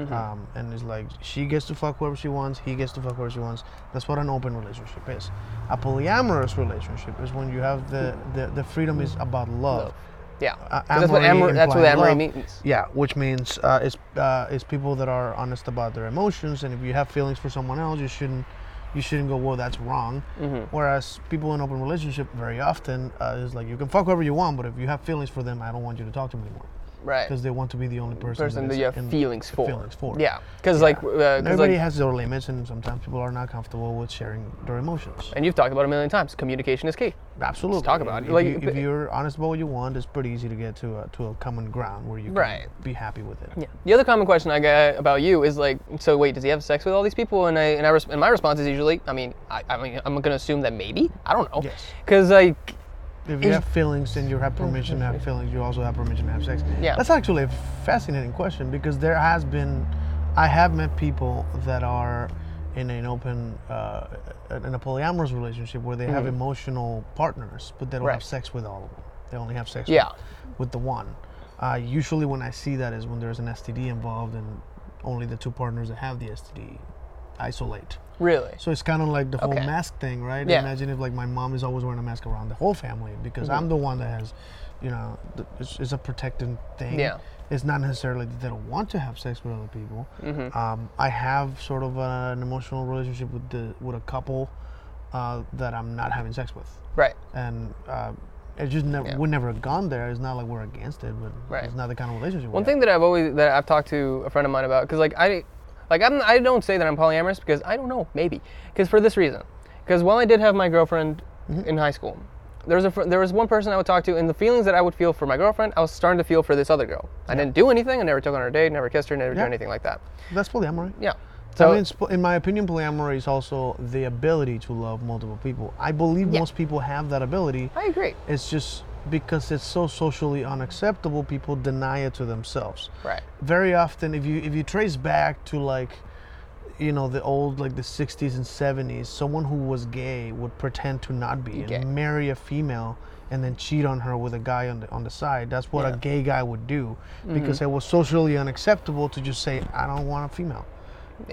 Speaker 11: Mm-hmm.
Speaker 10: Um, and it's like she gets to fuck whoever she wants, he gets to fuck whoever she wants. That's what an open relationship is. A polyamorous relationship is when you have the
Speaker 11: Hmm.
Speaker 10: the, the freedom is about love.
Speaker 11: Yeah,
Speaker 10: Uh,
Speaker 11: 'Cause that's what
Speaker 10: amory
Speaker 11: amor, that's what
Speaker 10: implying
Speaker 11: amory
Speaker 10: love.
Speaker 11: means.
Speaker 10: Yeah, which means uh, it's uh, it's people that are honest about their emotions, and if you have feelings for someone else, you shouldn't you shouldn't go, "Whoa, that's wrong."
Speaker 11: Mm-hmm.
Speaker 10: Whereas people in open relationship very often uh, is like, "You can fuck whoever you want, but if you have feelings for them, I don't want you to talk to me anymore."
Speaker 11: Right.
Speaker 10: Because they want to be the only person,
Speaker 11: person that
Speaker 10: is
Speaker 11: you have
Speaker 10: in-
Speaker 11: feelings for.
Speaker 10: Feelings for.
Speaker 11: Yeah, because like, uh, 'cause,
Speaker 10: Everybody
Speaker 11: like,
Speaker 10: has their limits, and sometimes people are not comfortable with sharing their emotions.
Speaker 11: and you've talked about it a million times. Communication is key.
Speaker 10: Absolutely.
Speaker 11: talk about it.
Speaker 10: If,
Speaker 11: Like,
Speaker 10: you,
Speaker 11: but-
Speaker 10: if you're honest about what you want, it's pretty easy to get to a, to a common ground where you can
Speaker 11: Right.
Speaker 10: be happy with it.
Speaker 11: Yeah. The other common question I get about you is like, so wait, does he have sex with all these people? And I and I res- and my response is usually, I mean, I, I mean, I'm gonna assume that maybe I don't know.
Speaker 10: Yes.
Speaker 11: Because like,
Speaker 10: If you have feelings, then you have permission to have feelings. You also have permission to have sex.
Speaker 11: Yeah.
Speaker 10: That's actually a fascinating question because there has been, I have met people that are in an open, uh, in a polyamorous relationship where they have emotional partners, but they don't
Speaker 11: Mm-hmm. Right.
Speaker 10: have sex with all of them. They only have sex
Speaker 11: Yeah.
Speaker 10: with, with the one. Uh, usually, when I see that is when there's an STD involved and only the two partners that have the STD isolate.
Speaker 11: really,
Speaker 10: So it's kind of like the whole
Speaker 11: Okay.
Speaker 10: mask thing, right?
Speaker 11: Yeah.
Speaker 10: Imagine if like my mom is always wearing a mask around the whole family because
Speaker 11: Mm-hmm.
Speaker 10: I'm the one that has, you know, th- it's, it's a protecting thing.
Speaker 11: Yeah.
Speaker 10: It's not necessarily that they don't want to have sex with other people.
Speaker 11: Mm-hmm.
Speaker 10: Um, I have sort of uh an emotional relationship with the with a couple uh, that I'm not having sex with,
Speaker 11: right?
Speaker 10: and uh, it just never
Speaker 11: Yeah.
Speaker 10: we never gone there. It's not like we're against it, but
Speaker 11: Right.
Speaker 10: it's not the kind of relationship.
Speaker 11: One thing that I've always that I've talked to a friend of mine about because like I, like I'm I don't say that I'm polyamorous because I don't know maybe because for this reason because while I did have my girlfriend
Speaker 10: Mm-hmm.
Speaker 11: in high school, there was a fr- there was one person I would talk to and the feelings that I would feel for my girlfriend I was starting to feel for this other girl. I didn't do anything. I never took her on a date. Never kissed her. Never did
Speaker 10: Yeah.
Speaker 11: anything like that.
Speaker 10: that's polyamory.
Speaker 11: Yeah.
Speaker 10: So,
Speaker 11: So
Speaker 10: I mean, sp- in my opinion, polyamory is also the ability to love multiple people. I believe
Speaker 11: Yeah.
Speaker 10: most people have that ability.
Speaker 11: I agree.
Speaker 10: It's just because it's so socially unacceptable, people deny it to themselves.
Speaker 11: Right.
Speaker 10: Very often, if you if you trace back to like, you know, the old like the '60s and '70s, someone who was gay would pretend to not be
Speaker 11: Gay.
Speaker 10: and marry a female. And then cheat on her with a guy on the on the side. That's what a gay guy would do, because it was socially unacceptable to just say, "I don't want a female."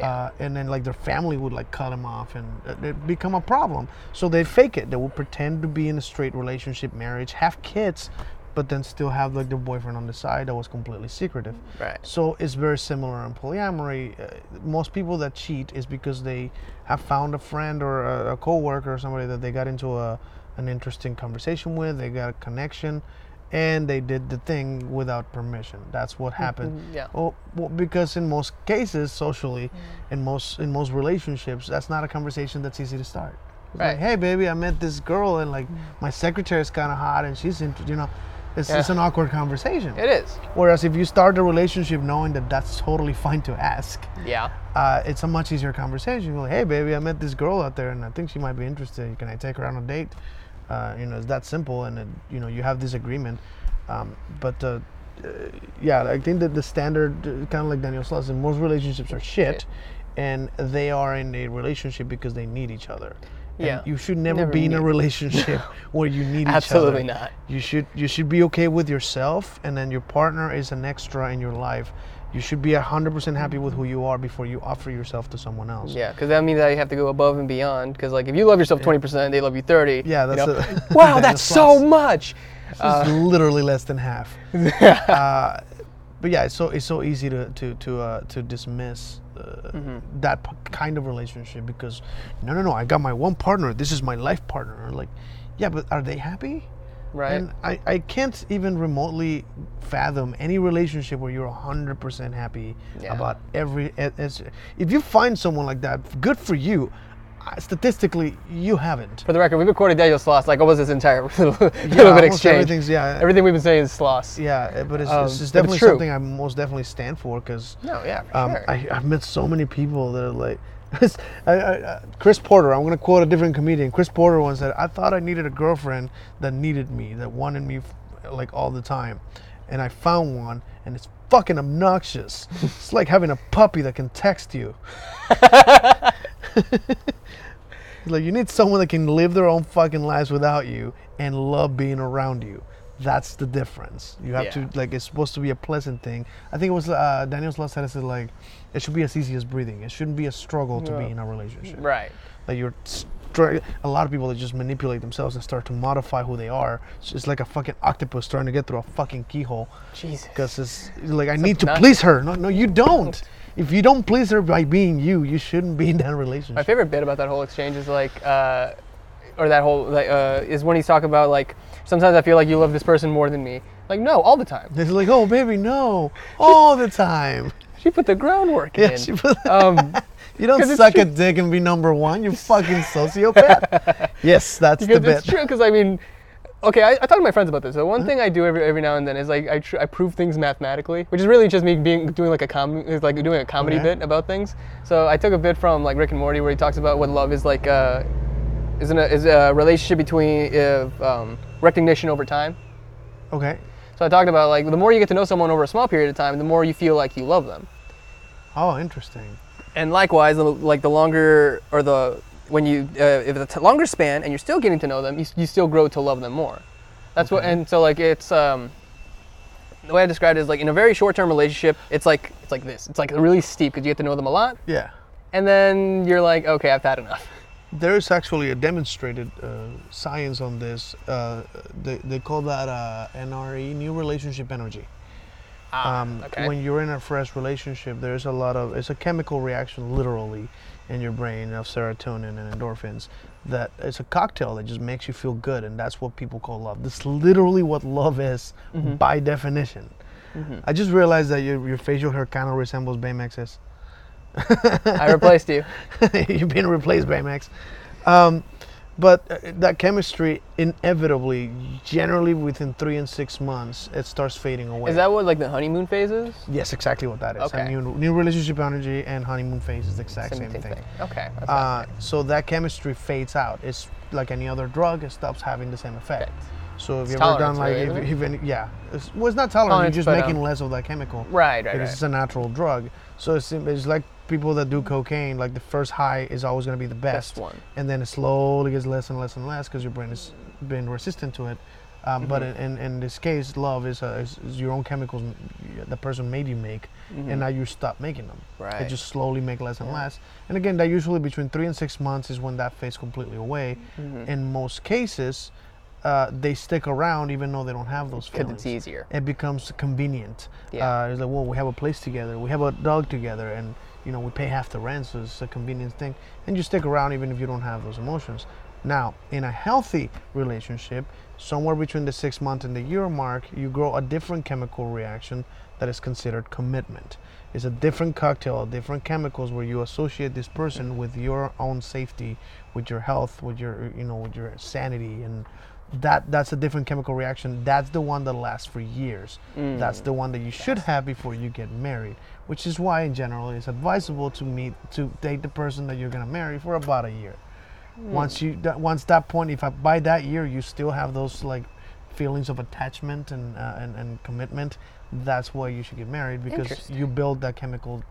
Speaker 10: uh, and then like their family would like cut them off and it- it become a problem so they fake it they would pretend to be in a straight relationship marriage have kids but then still have like their boyfriend on the side that was completely secretive
Speaker 11: Right.
Speaker 10: so it's very similar in polyamory uh, most people that cheat is because they have found a friend or a, a co-worker or somebody that they got into a an interesting conversation with they got a connection and they did the thing without permission that's what happened
Speaker 11: Mm-hmm, yeah.
Speaker 10: well, well, because in most cases, socially,
Speaker 11: Mm.
Speaker 10: in most in most relationships, that's not a conversation that's easy to start. It's
Speaker 11: Right. Mm.
Speaker 10: Like, hey, baby, I met this girl, and like my secretary is kind of hot, and she's into, you know, it's, it's
Speaker 11: Yeah.
Speaker 10: an awkward conversation.
Speaker 11: It is.
Speaker 10: Whereas if you start a relationship knowing that that's totally fine to ask,
Speaker 11: Yeah.
Speaker 10: uh, it's a much easier conversation. You're like, hey, baby, I met this girl out there, and I think she might be interested. Can I take her on a date? Uh, you know, it's that simple, and it, you know, you have this agreement. Um, but uh, uh, yeah, I think that the standard, kind of like Daniel Sloss, in most relationships are shit, and they are in a relationship because they need each other. And
Speaker 11: Yeah.
Speaker 10: you should never,
Speaker 11: Never
Speaker 10: be in a
Speaker 11: need-
Speaker 10: relationship where you need
Speaker 11: Absolutely
Speaker 10: each other.
Speaker 11: not.
Speaker 10: You should you should be okay with yourself, and then your partner is an extra in your life. You should be hundred percent happy with who you are before you offer yourself to someone else.
Speaker 11: Yeah, because that means that you have to go above and beyond. Because like, if you love yourself twenty percent, they love you thirty.
Speaker 10: Yeah,
Speaker 11: you
Speaker 10: that's
Speaker 11: know?
Speaker 10: a-
Speaker 11: wow,
Speaker 10: that's
Speaker 11: that's
Speaker 10: a
Speaker 11: so
Speaker 10: plus.
Speaker 11: much.
Speaker 10: It's literally less than half. uh, but yeah, it's so it's so easy to to to uh, to dismiss uh, that p- kind of relationship because no no no I got my one partner. This is my life partner. Like, yeah, but are they happy?
Speaker 11: Right.
Speaker 10: And I, I can't even remotely fathom any relationship where you're 100% happy
Speaker 11: Yeah.
Speaker 10: about every. it- it's- If you find someone like that, good for you. Uh, Statistically, you haven't.
Speaker 11: For the record, we recorded Daniel Sloss like almost this entire little, little
Speaker 10: almost
Speaker 11: bit exchange.
Speaker 10: everything's- yeah.
Speaker 11: Everything we've been saying is Sloss.
Speaker 10: Yeah, uh, but it's,
Speaker 11: Um,
Speaker 10: it's, it's
Speaker 11: but it's
Speaker 10: definitely
Speaker 11: true.
Speaker 10: something I most definitely stand for because.
Speaker 11: No, yeah, for
Speaker 10: um,
Speaker 11: sure.
Speaker 10: I, I've met so many people that are like. I, I, I, Chris Porter, I'm going to quote a different comedian. Chris Porter once said, I thought I needed a girlfriend that needed me, that wanted me f- like all the time. And I found one, and it's fucking obnoxious. it's like having a puppy that can text you. Like you need someone that can live their own fucking lives without you and love being around you. That's the difference. You have
Speaker 11: Yeah.
Speaker 10: to like it's supposed to be a pleasant thing. I think it was uh, Daniel's last sentence is like, it should be as easy as breathing. It shouldn't be a struggle to be in a relationship.
Speaker 11: right.
Speaker 10: Like you're str- a lot of people that just manipulate themselves and start to modify who they are. It's just like a fucking octopus trying to get through a fucking keyhole.
Speaker 11: Jesus.
Speaker 10: Because it's like I need to
Speaker 11: obnoxious.
Speaker 10: please her. No, no, you don't. If you don't please her by being you, you shouldn't be in that relationship.
Speaker 11: My favorite bit about that whole exchange is like, uh, or that whole like, uh, is when he's talking about like, sometimes I feel like you love this person more than me. Like no, all the time.
Speaker 10: It's like, oh baby, no, all the time.
Speaker 11: She put the groundwork
Speaker 10: Yeah,
Speaker 11: in.
Speaker 10: she put-
Speaker 11: um,
Speaker 10: You don't
Speaker 11: 'Cause it's
Speaker 10: suck
Speaker 11: true.
Speaker 10: a dick and be number one. You fucking sociopath. yes, that's the
Speaker 11: because it's
Speaker 10: bit.
Speaker 11: true. Because I mean, okay, I, I talk to my friends about this. The one thing I do every, every now and then is like I, tr- I prove things mathematically, which is really just me being doing like a com- is like doing a comedy
Speaker 10: Okay.
Speaker 11: bit about things. So I took a bit from like Rick and Morty where he talks about what love is like. Uh, is a is a relationship between uh, um, recognition over time.
Speaker 10: Okay.
Speaker 11: So I talked about like the more you get to know someone over a small period of time, the more you feel like you love them.
Speaker 10: Oh, interesting.
Speaker 11: And likewise, the- like the longer or the when you uh, if it's a longer span and you're still getting to know them, you, s- you still grow to love them more. That's what and so like it's um, the way I described it is like in a very short-term relationship, it's like it's like this. It's like really steep because you get to know them a lot,
Speaker 10: Yeah.
Speaker 11: and then you're like, okay, I've had enough.
Speaker 10: There is actually a demonstrated uh, science on this. Uh, they, they call that uh, NRE, new relationship energy. um,
Speaker 11: okay.
Speaker 10: When you're in a fresh relationship, there's a lot of, it's a chemical reaction literally in your brain of serotonin and endorphins that it's a cocktail that just makes you feel good. And that's what people call love. That's literally what love is by definition. I just realized that your, your facial hair kind of resembles Baymax's.
Speaker 11: I replaced you.
Speaker 10: you've been replaced by Max. Um, but uh, that chemistry inevitably, generally within three and six months, it starts fading away.
Speaker 11: Is that what like the honeymoon phase is?
Speaker 10: yes, exactly what that is.
Speaker 11: Okay.
Speaker 10: A new, new relationship energy and honeymoon phase is the exact same,
Speaker 11: Same
Speaker 10: thing.
Speaker 11: Okay. that's
Speaker 10: Uh, so that chemistry fades out. It's like any other drug; it stops having the same effect. So if you ever done
Speaker 11: tolerance,
Speaker 10: like
Speaker 11: really,
Speaker 10: if,
Speaker 11: isn't it?
Speaker 10: if any, yeah, it's, well, it's not tolerant.
Speaker 11: Tolerance,
Speaker 10: You're just
Speaker 11: but,
Speaker 10: making
Speaker 11: um,
Speaker 10: less of that chemical.
Speaker 11: Right, right,
Speaker 10: Because
Speaker 11: right.
Speaker 10: it's a natural drug. So it's, sim- it's like people that do cocaine. Like the first high is always going to be the best,
Speaker 11: Best one.
Speaker 10: and then it slowly gets less and less and less because your brain is being resistant to it.
Speaker 11: Mm-hmm.
Speaker 10: Um, But in, in, in this case, love is, uh is, is your own chemicals m- y- the person made you make, and now you stop making them. They
Speaker 11: Mm-hmm. Right.
Speaker 10: just slowly make less and less. And again, that usually between three and six months is when that fades completely away.
Speaker 11: Mm-hmm.
Speaker 10: In most cases, uh, they stick around even though they don't have those feelings.
Speaker 11: Because it's easier.
Speaker 10: It becomes convenient.
Speaker 11: Yeah.
Speaker 10: Uh, it's like, well, we have a place together, we have a dog together, and you know we pay half the rent, so it's a convenient thing. And you stick around even if you don't have those emotions. Now, in a healthy relationship, somewhere between the six month and the year mark, you grow a different chemical reaction that is considered commitment. It's a different cocktail, different chemicals where you associate this person with your own safety, with your health, with your you know, with your sanity and that that's a different chemical reaction. That's the one that lasts for years. That's the one that you should have before you get married, which is why in general it's advisable to meet to date the person that you're going to marry for about a year. Once you that, once that point if I, by that year you still have those like feelings of attachment and uh, and, and commitment, that's why you should get married because you build that chemical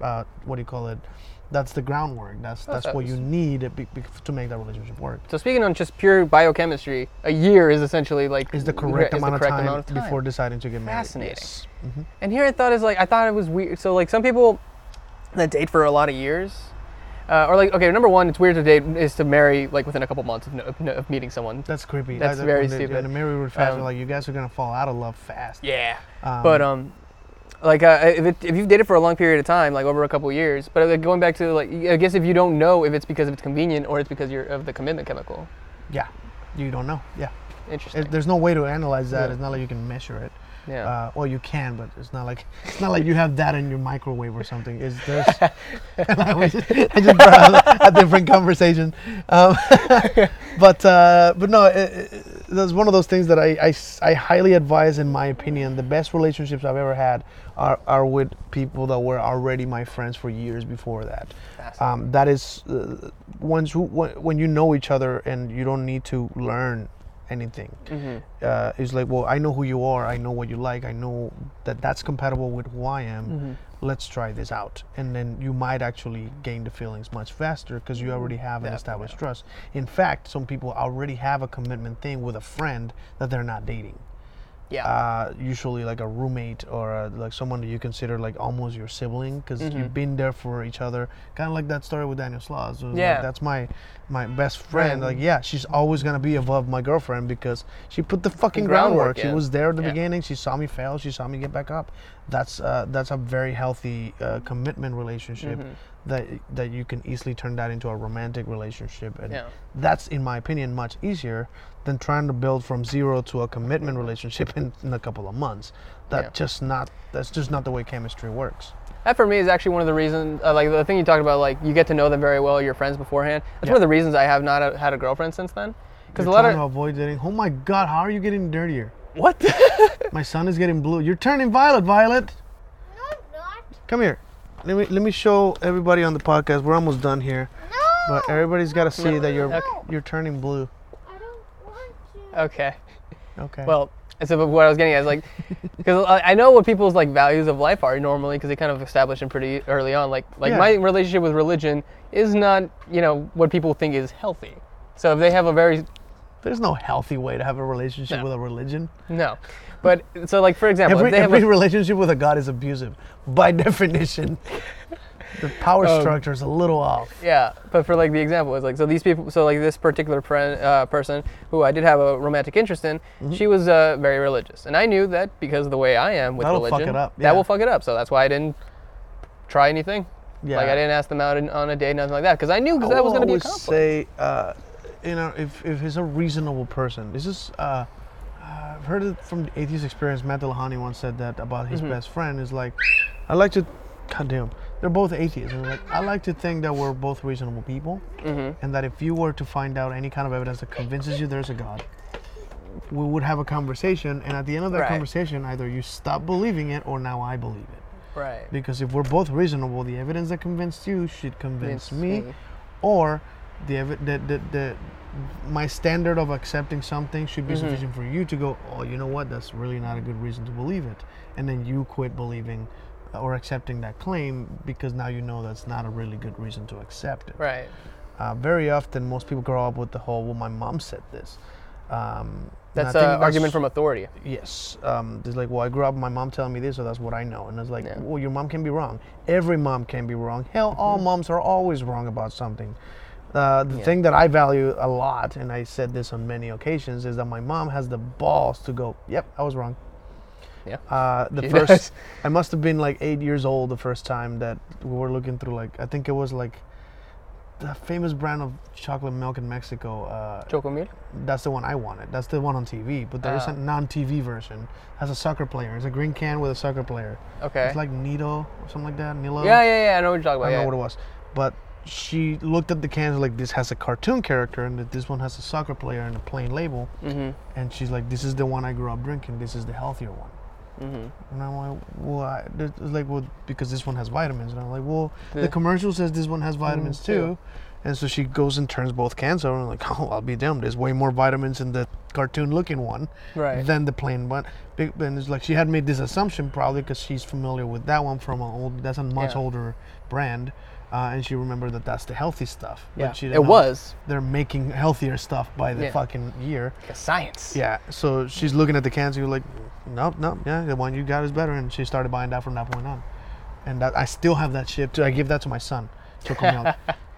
Speaker 10: uh, what do you call it? That's the groundwork. That's that's what you need be, be, to make that relationship work.
Speaker 11: So speaking on just pure biochemistry, a year is essentially like
Speaker 10: is the
Speaker 11: re-
Speaker 10: correct,
Speaker 11: is
Speaker 10: amount,
Speaker 11: correct
Speaker 10: of time
Speaker 11: amount of time
Speaker 10: before deciding to get married.
Speaker 11: Fascinating.
Speaker 10: Yes.
Speaker 11: And here I thought is like I thought it was weird. So like some people that date for a lot of years, uh, or like okay, number one, it's weird to date is to marry like within a couple months of, no, of, no- of meeting someone.
Speaker 10: That's creepy.
Speaker 11: That's
Speaker 10: I- I-
Speaker 11: very
Speaker 10: when they-
Speaker 11: stupid.
Speaker 10: when they marry real fast,
Speaker 11: Um,
Speaker 10: like you guys are gonna fall out of love fast.
Speaker 11: yeah. but um, like uh, if it, if you've dated for a long period of time, like over a couple years, but like going back to like I guess if you don't know if it's because it's convenient or it's because you're of the commitment chemical.
Speaker 10: Yeah. You don't know. Yeah.
Speaker 11: Interesting.
Speaker 10: It, there's no way to analyze that.
Speaker 11: Yeah.
Speaker 10: It's not like you can measure it.
Speaker 11: Yeah.
Speaker 10: Uh, well, you can, but it's not like it's not like you have that in your microwave or something. Is there's I just I just brought up a different conversation, um, but uh, but no, it, it, that's one of those things that I, I s- I highly advise. In my opinion, the best relationships I've ever had are are with people that were already my friends for years before that. Um, that is uh, once who, when when you know each other and you don't need to learn anything. Uh, it's like, well, I know who you are. I know what you like. I know that that's compatible with who I am. Let's try this out, and then you might actually gain the feelings much faster because you already have an established trust. In fact, some people already have a commitment thing with a friend that they're not dating.
Speaker 11: yeah.
Speaker 10: Uh, usually, like a roommate or uh like someone that you consider like almost your sibling because
Speaker 11: Mm-hmm.
Speaker 10: you've been there for each other. Kind of like that story with Daniel Sloss. it was like,
Speaker 11: Yeah.
Speaker 10: that's my my best friend.
Speaker 11: Friend.
Speaker 10: Like, yeah, she's always gonna be above my girlfriend because she put the fucking
Speaker 11: groundwork
Speaker 10: groundwork. She
Speaker 11: in.
Speaker 10: was there at the
Speaker 11: Yeah.
Speaker 10: beginning. She saw me fail. She saw me get back up. that's uh, that's a very healthy uh, commitment relationship
Speaker 11: Mm-hmm.
Speaker 10: that that you can easily turn that into a romantic relationship, and
Speaker 11: Yeah.
Speaker 10: that's in my opinion much easier than trying to build from zero to a commitment relationship in, in a couple of months. That
Speaker 11: Yeah.
Speaker 10: just not that's just not the way chemistry works.
Speaker 11: That for me is actually one of the reasons, uh, like the thing you talked about, like you get to know them very well, your friends beforehand. That's one of the reasons I have not uh, had a girlfriend since then. Because a
Speaker 10: You're
Speaker 11: lot
Speaker 10: trying
Speaker 11: of
Speaker 10: to avoid dating. Oh my God, how are you getting dirtier?
Speaker 11: what?
Speaker 10: My son is getting blue. You're turning violet, Violet.
Speaker 9: No, I'm not.
Speaker 10: Come here. Let me let me show everybody on the podcast. We're almost done here,
Speaker 9: No,
Speaker 10: but everybody's got to see that you're
Speaker 11: Okay.
Speaker 10: you're turning blue.
Speaker 9: I don't want to.
Speaker 11: okay.
Speaker 10: Okay.
Speaker 11: Well, so what I was getting at is like, because I I know what people's like values of life are normally, because they kind of establish them pretty early on. Like, like
Speaker 10: Yeah.
Speaker 11: my relationship with religion is not, you know, what people think is healthy. So if they have a very
Speaker 10: there's no healthy way to have a relationship
Speaker 11: No.
Speaker 10: with a religion.
Speaker 11: no, but so like for example,
Speaker 10: Every
Speaker 11: if they have
Speaker 10: every
Speaker 11: a,
Speaker 10: relationship with a god is abusive, by definition. the power
Speaker 11: Oh.
Speaker 10: structure is a little off.
Speaker 11: Yeah, but for like the example is like so these people so like this particular friend uh, person who I did have a romantic interest in,
Speaker 10: Mm-hmm.
Speaker 11: she was uh, very religious, and I knew that because of the way I am with
Speaker 10: That'll fuck
Speaker 11: religion,
Speaker 10: it up, yeah.
Speaker 11: that will fuck it up. So that's why I didn't try anything.
Speaker 10: Yeah.
Speaker 11: Like I didn't ask them out in, on a date, nothing like that, because I knew because that was going to be a
Speaker 10: always
Speaker 11: conflict.
Speaker 10: Oh, say, uh, you know, if, if he's a reasonable person, this is. Uh, I've heard it from the atheist experience. Matt Delahoney once said that about
Speaker 11: Mm-hmm.
Speaker 10: his best friend. Is like, I like to, God damn, they're both atheists. And like, I like to think that we're both reasonable people,
Speaker 11: Mm-hmm.
Speaker 10: and that if you were to find out any kind of evidence that convinces you there's a God, we would have a conversation. And at the end of that
Speaker 11: Right.
Speaker 10: conversation, either you stop believing it or now I believe it.
Speaker 11: right.
Speaker 10: Because if we're both reasonable, the evidence that convinced you should convince me,
Speaker 11: me.
Speaker 10: or the, evi- the, the, the my standard of accepting something should
Speaker 11: Mm-hmm.
Speaker 10: be sufficient for you to go, oh, you know what? That's really not a good reason to believe it, and then you quit believing uh, or accepting that claim because now you know that's not a really good reason to accept it.
Speaker 11: Right.
Speaker 10: Uh, very often, most people grow up with the whole, well, my mom said this. Um, and I
Speaker 11: That's
Speaker 10: think
Speaker 11: an argument from authority.
Speaker 10: Yes. Um, it's like, well, I grew up with my mom telling me this, so that's what I know. And it's like, well, your mom can be wrong. Every mom can be wrong. Hell, all
Speaker 11: Mm-hmm.
Speaker 10: moms are always wrong about something. Uh, the thing that I value a lot, and I said this on many occasions, is that my mom has the balls to go, yep, I was wrong.
Speaker 11: Yeah.
Speaker 10: Uh, the
Speaker 11: She
Speaker 10: first,
Speaker 11: does.
Speaker 10: I must have been like eight years old the first time that we were looking through, like, I think it was like the famous brand of chocolate milk in Mexico. Uh,
Speaker 11: Chocomil.
Speaker 10: that's the one I wanted. That's the one on TV. But there's a
Speaker 11: Uh.
Speaker 10: non-TV version. Has a soccer player. It's a green can with a soccer player.
Speaker 11: Okay.
Speaker 10: It's like Nito or something like that. Nilo.
Speaker 11: yeah, yeah, yeah. I know what you're talking
Speaker 10: Oh.
Speaker 11: about.
Speaker 10: I don't
Speaker 11: yeah.
Speaker 10: know what it was. But she looked at the cans like this has a cartoon character and that this one has a soccer player and a plain label. Mm-hmm. And she's like, this is the one I grew up drinking. This is the healthier one. Mm-hmm. And I'm like, well, I, it's like, well, because this one has vitamins. And I'm like, well, the, commercial says this one has
Speaker 11: Mm-hmm.
Speaker 10: vitamins too. And so she goes and turns both cans over. And I'm like, oh, I'll be damned. There's way more vitamins in the cartoon-looking one
Speaker 11: Right.
Speaker 10: than the plain one. Big- And it's like she had made this assumption probably because she's familiar with that one from an old. That's a much
Speaker 11: Yeah.
Speaker 10: older brand, uh, and she remembered that that's the healthy stuff. but
Speaker 11: Yeah.
Speaker 10: she
Speaker 11: It
Speaker 10: didn't know
Speaker 11: was.
Speaker 10: They're making healthier stuff by the
Speaker 11: Yeah.
Speaker 10: fucking year.
Speaker 11: Like a science.
Speaker 10: Yeah. So she's looking at the cans. You're like, nope, nope. Yeah, the one you got is better. And she started buying that from that point on. And that, I still have that shit too. I give that to my son, choco milk,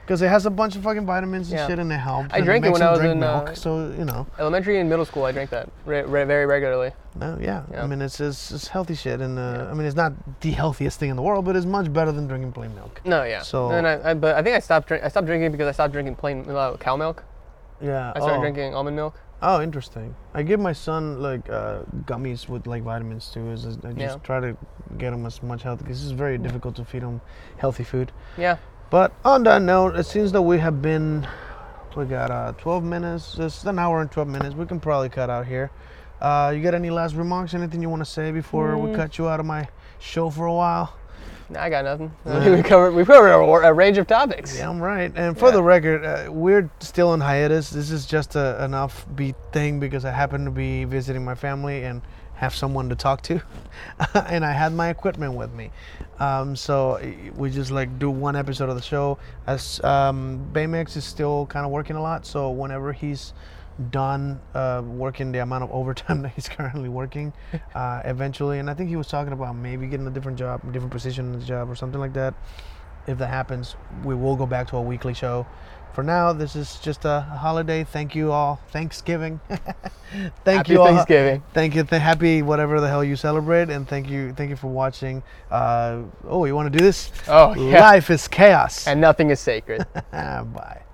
Speaker 10: because it has a bunch of fucking vitamins and
Speaker 11: Yeah.
Speaker 10: shit, and it helps.
Speaker 11: I
Speaker 10: and
Speaker 11: drank it
Speaker 10: makes
Speaker 11: when I
Speaker 10: him
Speaker 11: was
Speaker 10: drink
Speaker 11: in, uh,
Speaker 10: milk. so you know.
Speaker 11: Elementary and middle school, I drank that re- re- very regularly.
Speaker 10: No, yeah. I
Speaker 11: Yeah.
Speaker 10: mean, it's, it's it's healthy shit, and uh, I mean, it's not the healthiest thing in the world, but it's much better than drinking plain milk.
Speaker 11: No, yeah.
Speaker 10: So-
Speaker 11: and I, I, but I think I stopped drink, I stopped drinking because I stopped drinking plain uh, cow milk.
Speaker 10: Yeah.
Speaker 11: I started
Speaker 10: oh.
Speaker 11: drinking almond milk.
Speaker 10: Oh, interesting. I give my son like uh, gummies with like vitamins too. Is is- I just
Speaker 11: Yeah.
Speaker 10: try to get him as much healthy because it's very difficult to feed him healthy food.
Speaker 11: Yeah.
Speaker 10: But on that note, it seems that we have been, we got uh, 12 minutes. It's an hour and 12 minutes. We can probably cut out here. Uh, you got any last remarks? Anything you want to say before
Speaker 11: Mm.
Speaker 10: we cut you out of my show for a while?
Speaker 11: Nah, I got nothing. I think we covered we covered a, wa- a range of topics.
Speaker 10: Damn right. And for the record, uh, we're still on hiatus. This is just a, an offbeat thing because I happen to be visiting my family and have someone to talk to, and I had my equipment with me. Um, so eh, we just like do one episode of the show. As um, Baymax is still kind of working a lot, so whenever he's done uh, working the amount of overtime that he's currently working uh, eventually and i think he was talking about maybe getting a different job a different position in the job or something like that if that happens, we will go back to a weekly show for now, this is just a holiday. Thank you all. Thanksgiving. thank
Speaker 11: Happy
Speaker 10: you all.
Speaker 11: Thanksgiving.
Speaker 10: Thank you. Th- happy whatever the hell you celebrate, and thank you. Thank you for watching. Uh, oh, you want to do this?
Speaker 11: Oh, yeah.
Speaker 10: Life is chaos.
Speaker 11: And nothing is sacred.
Speaker 10: And bye.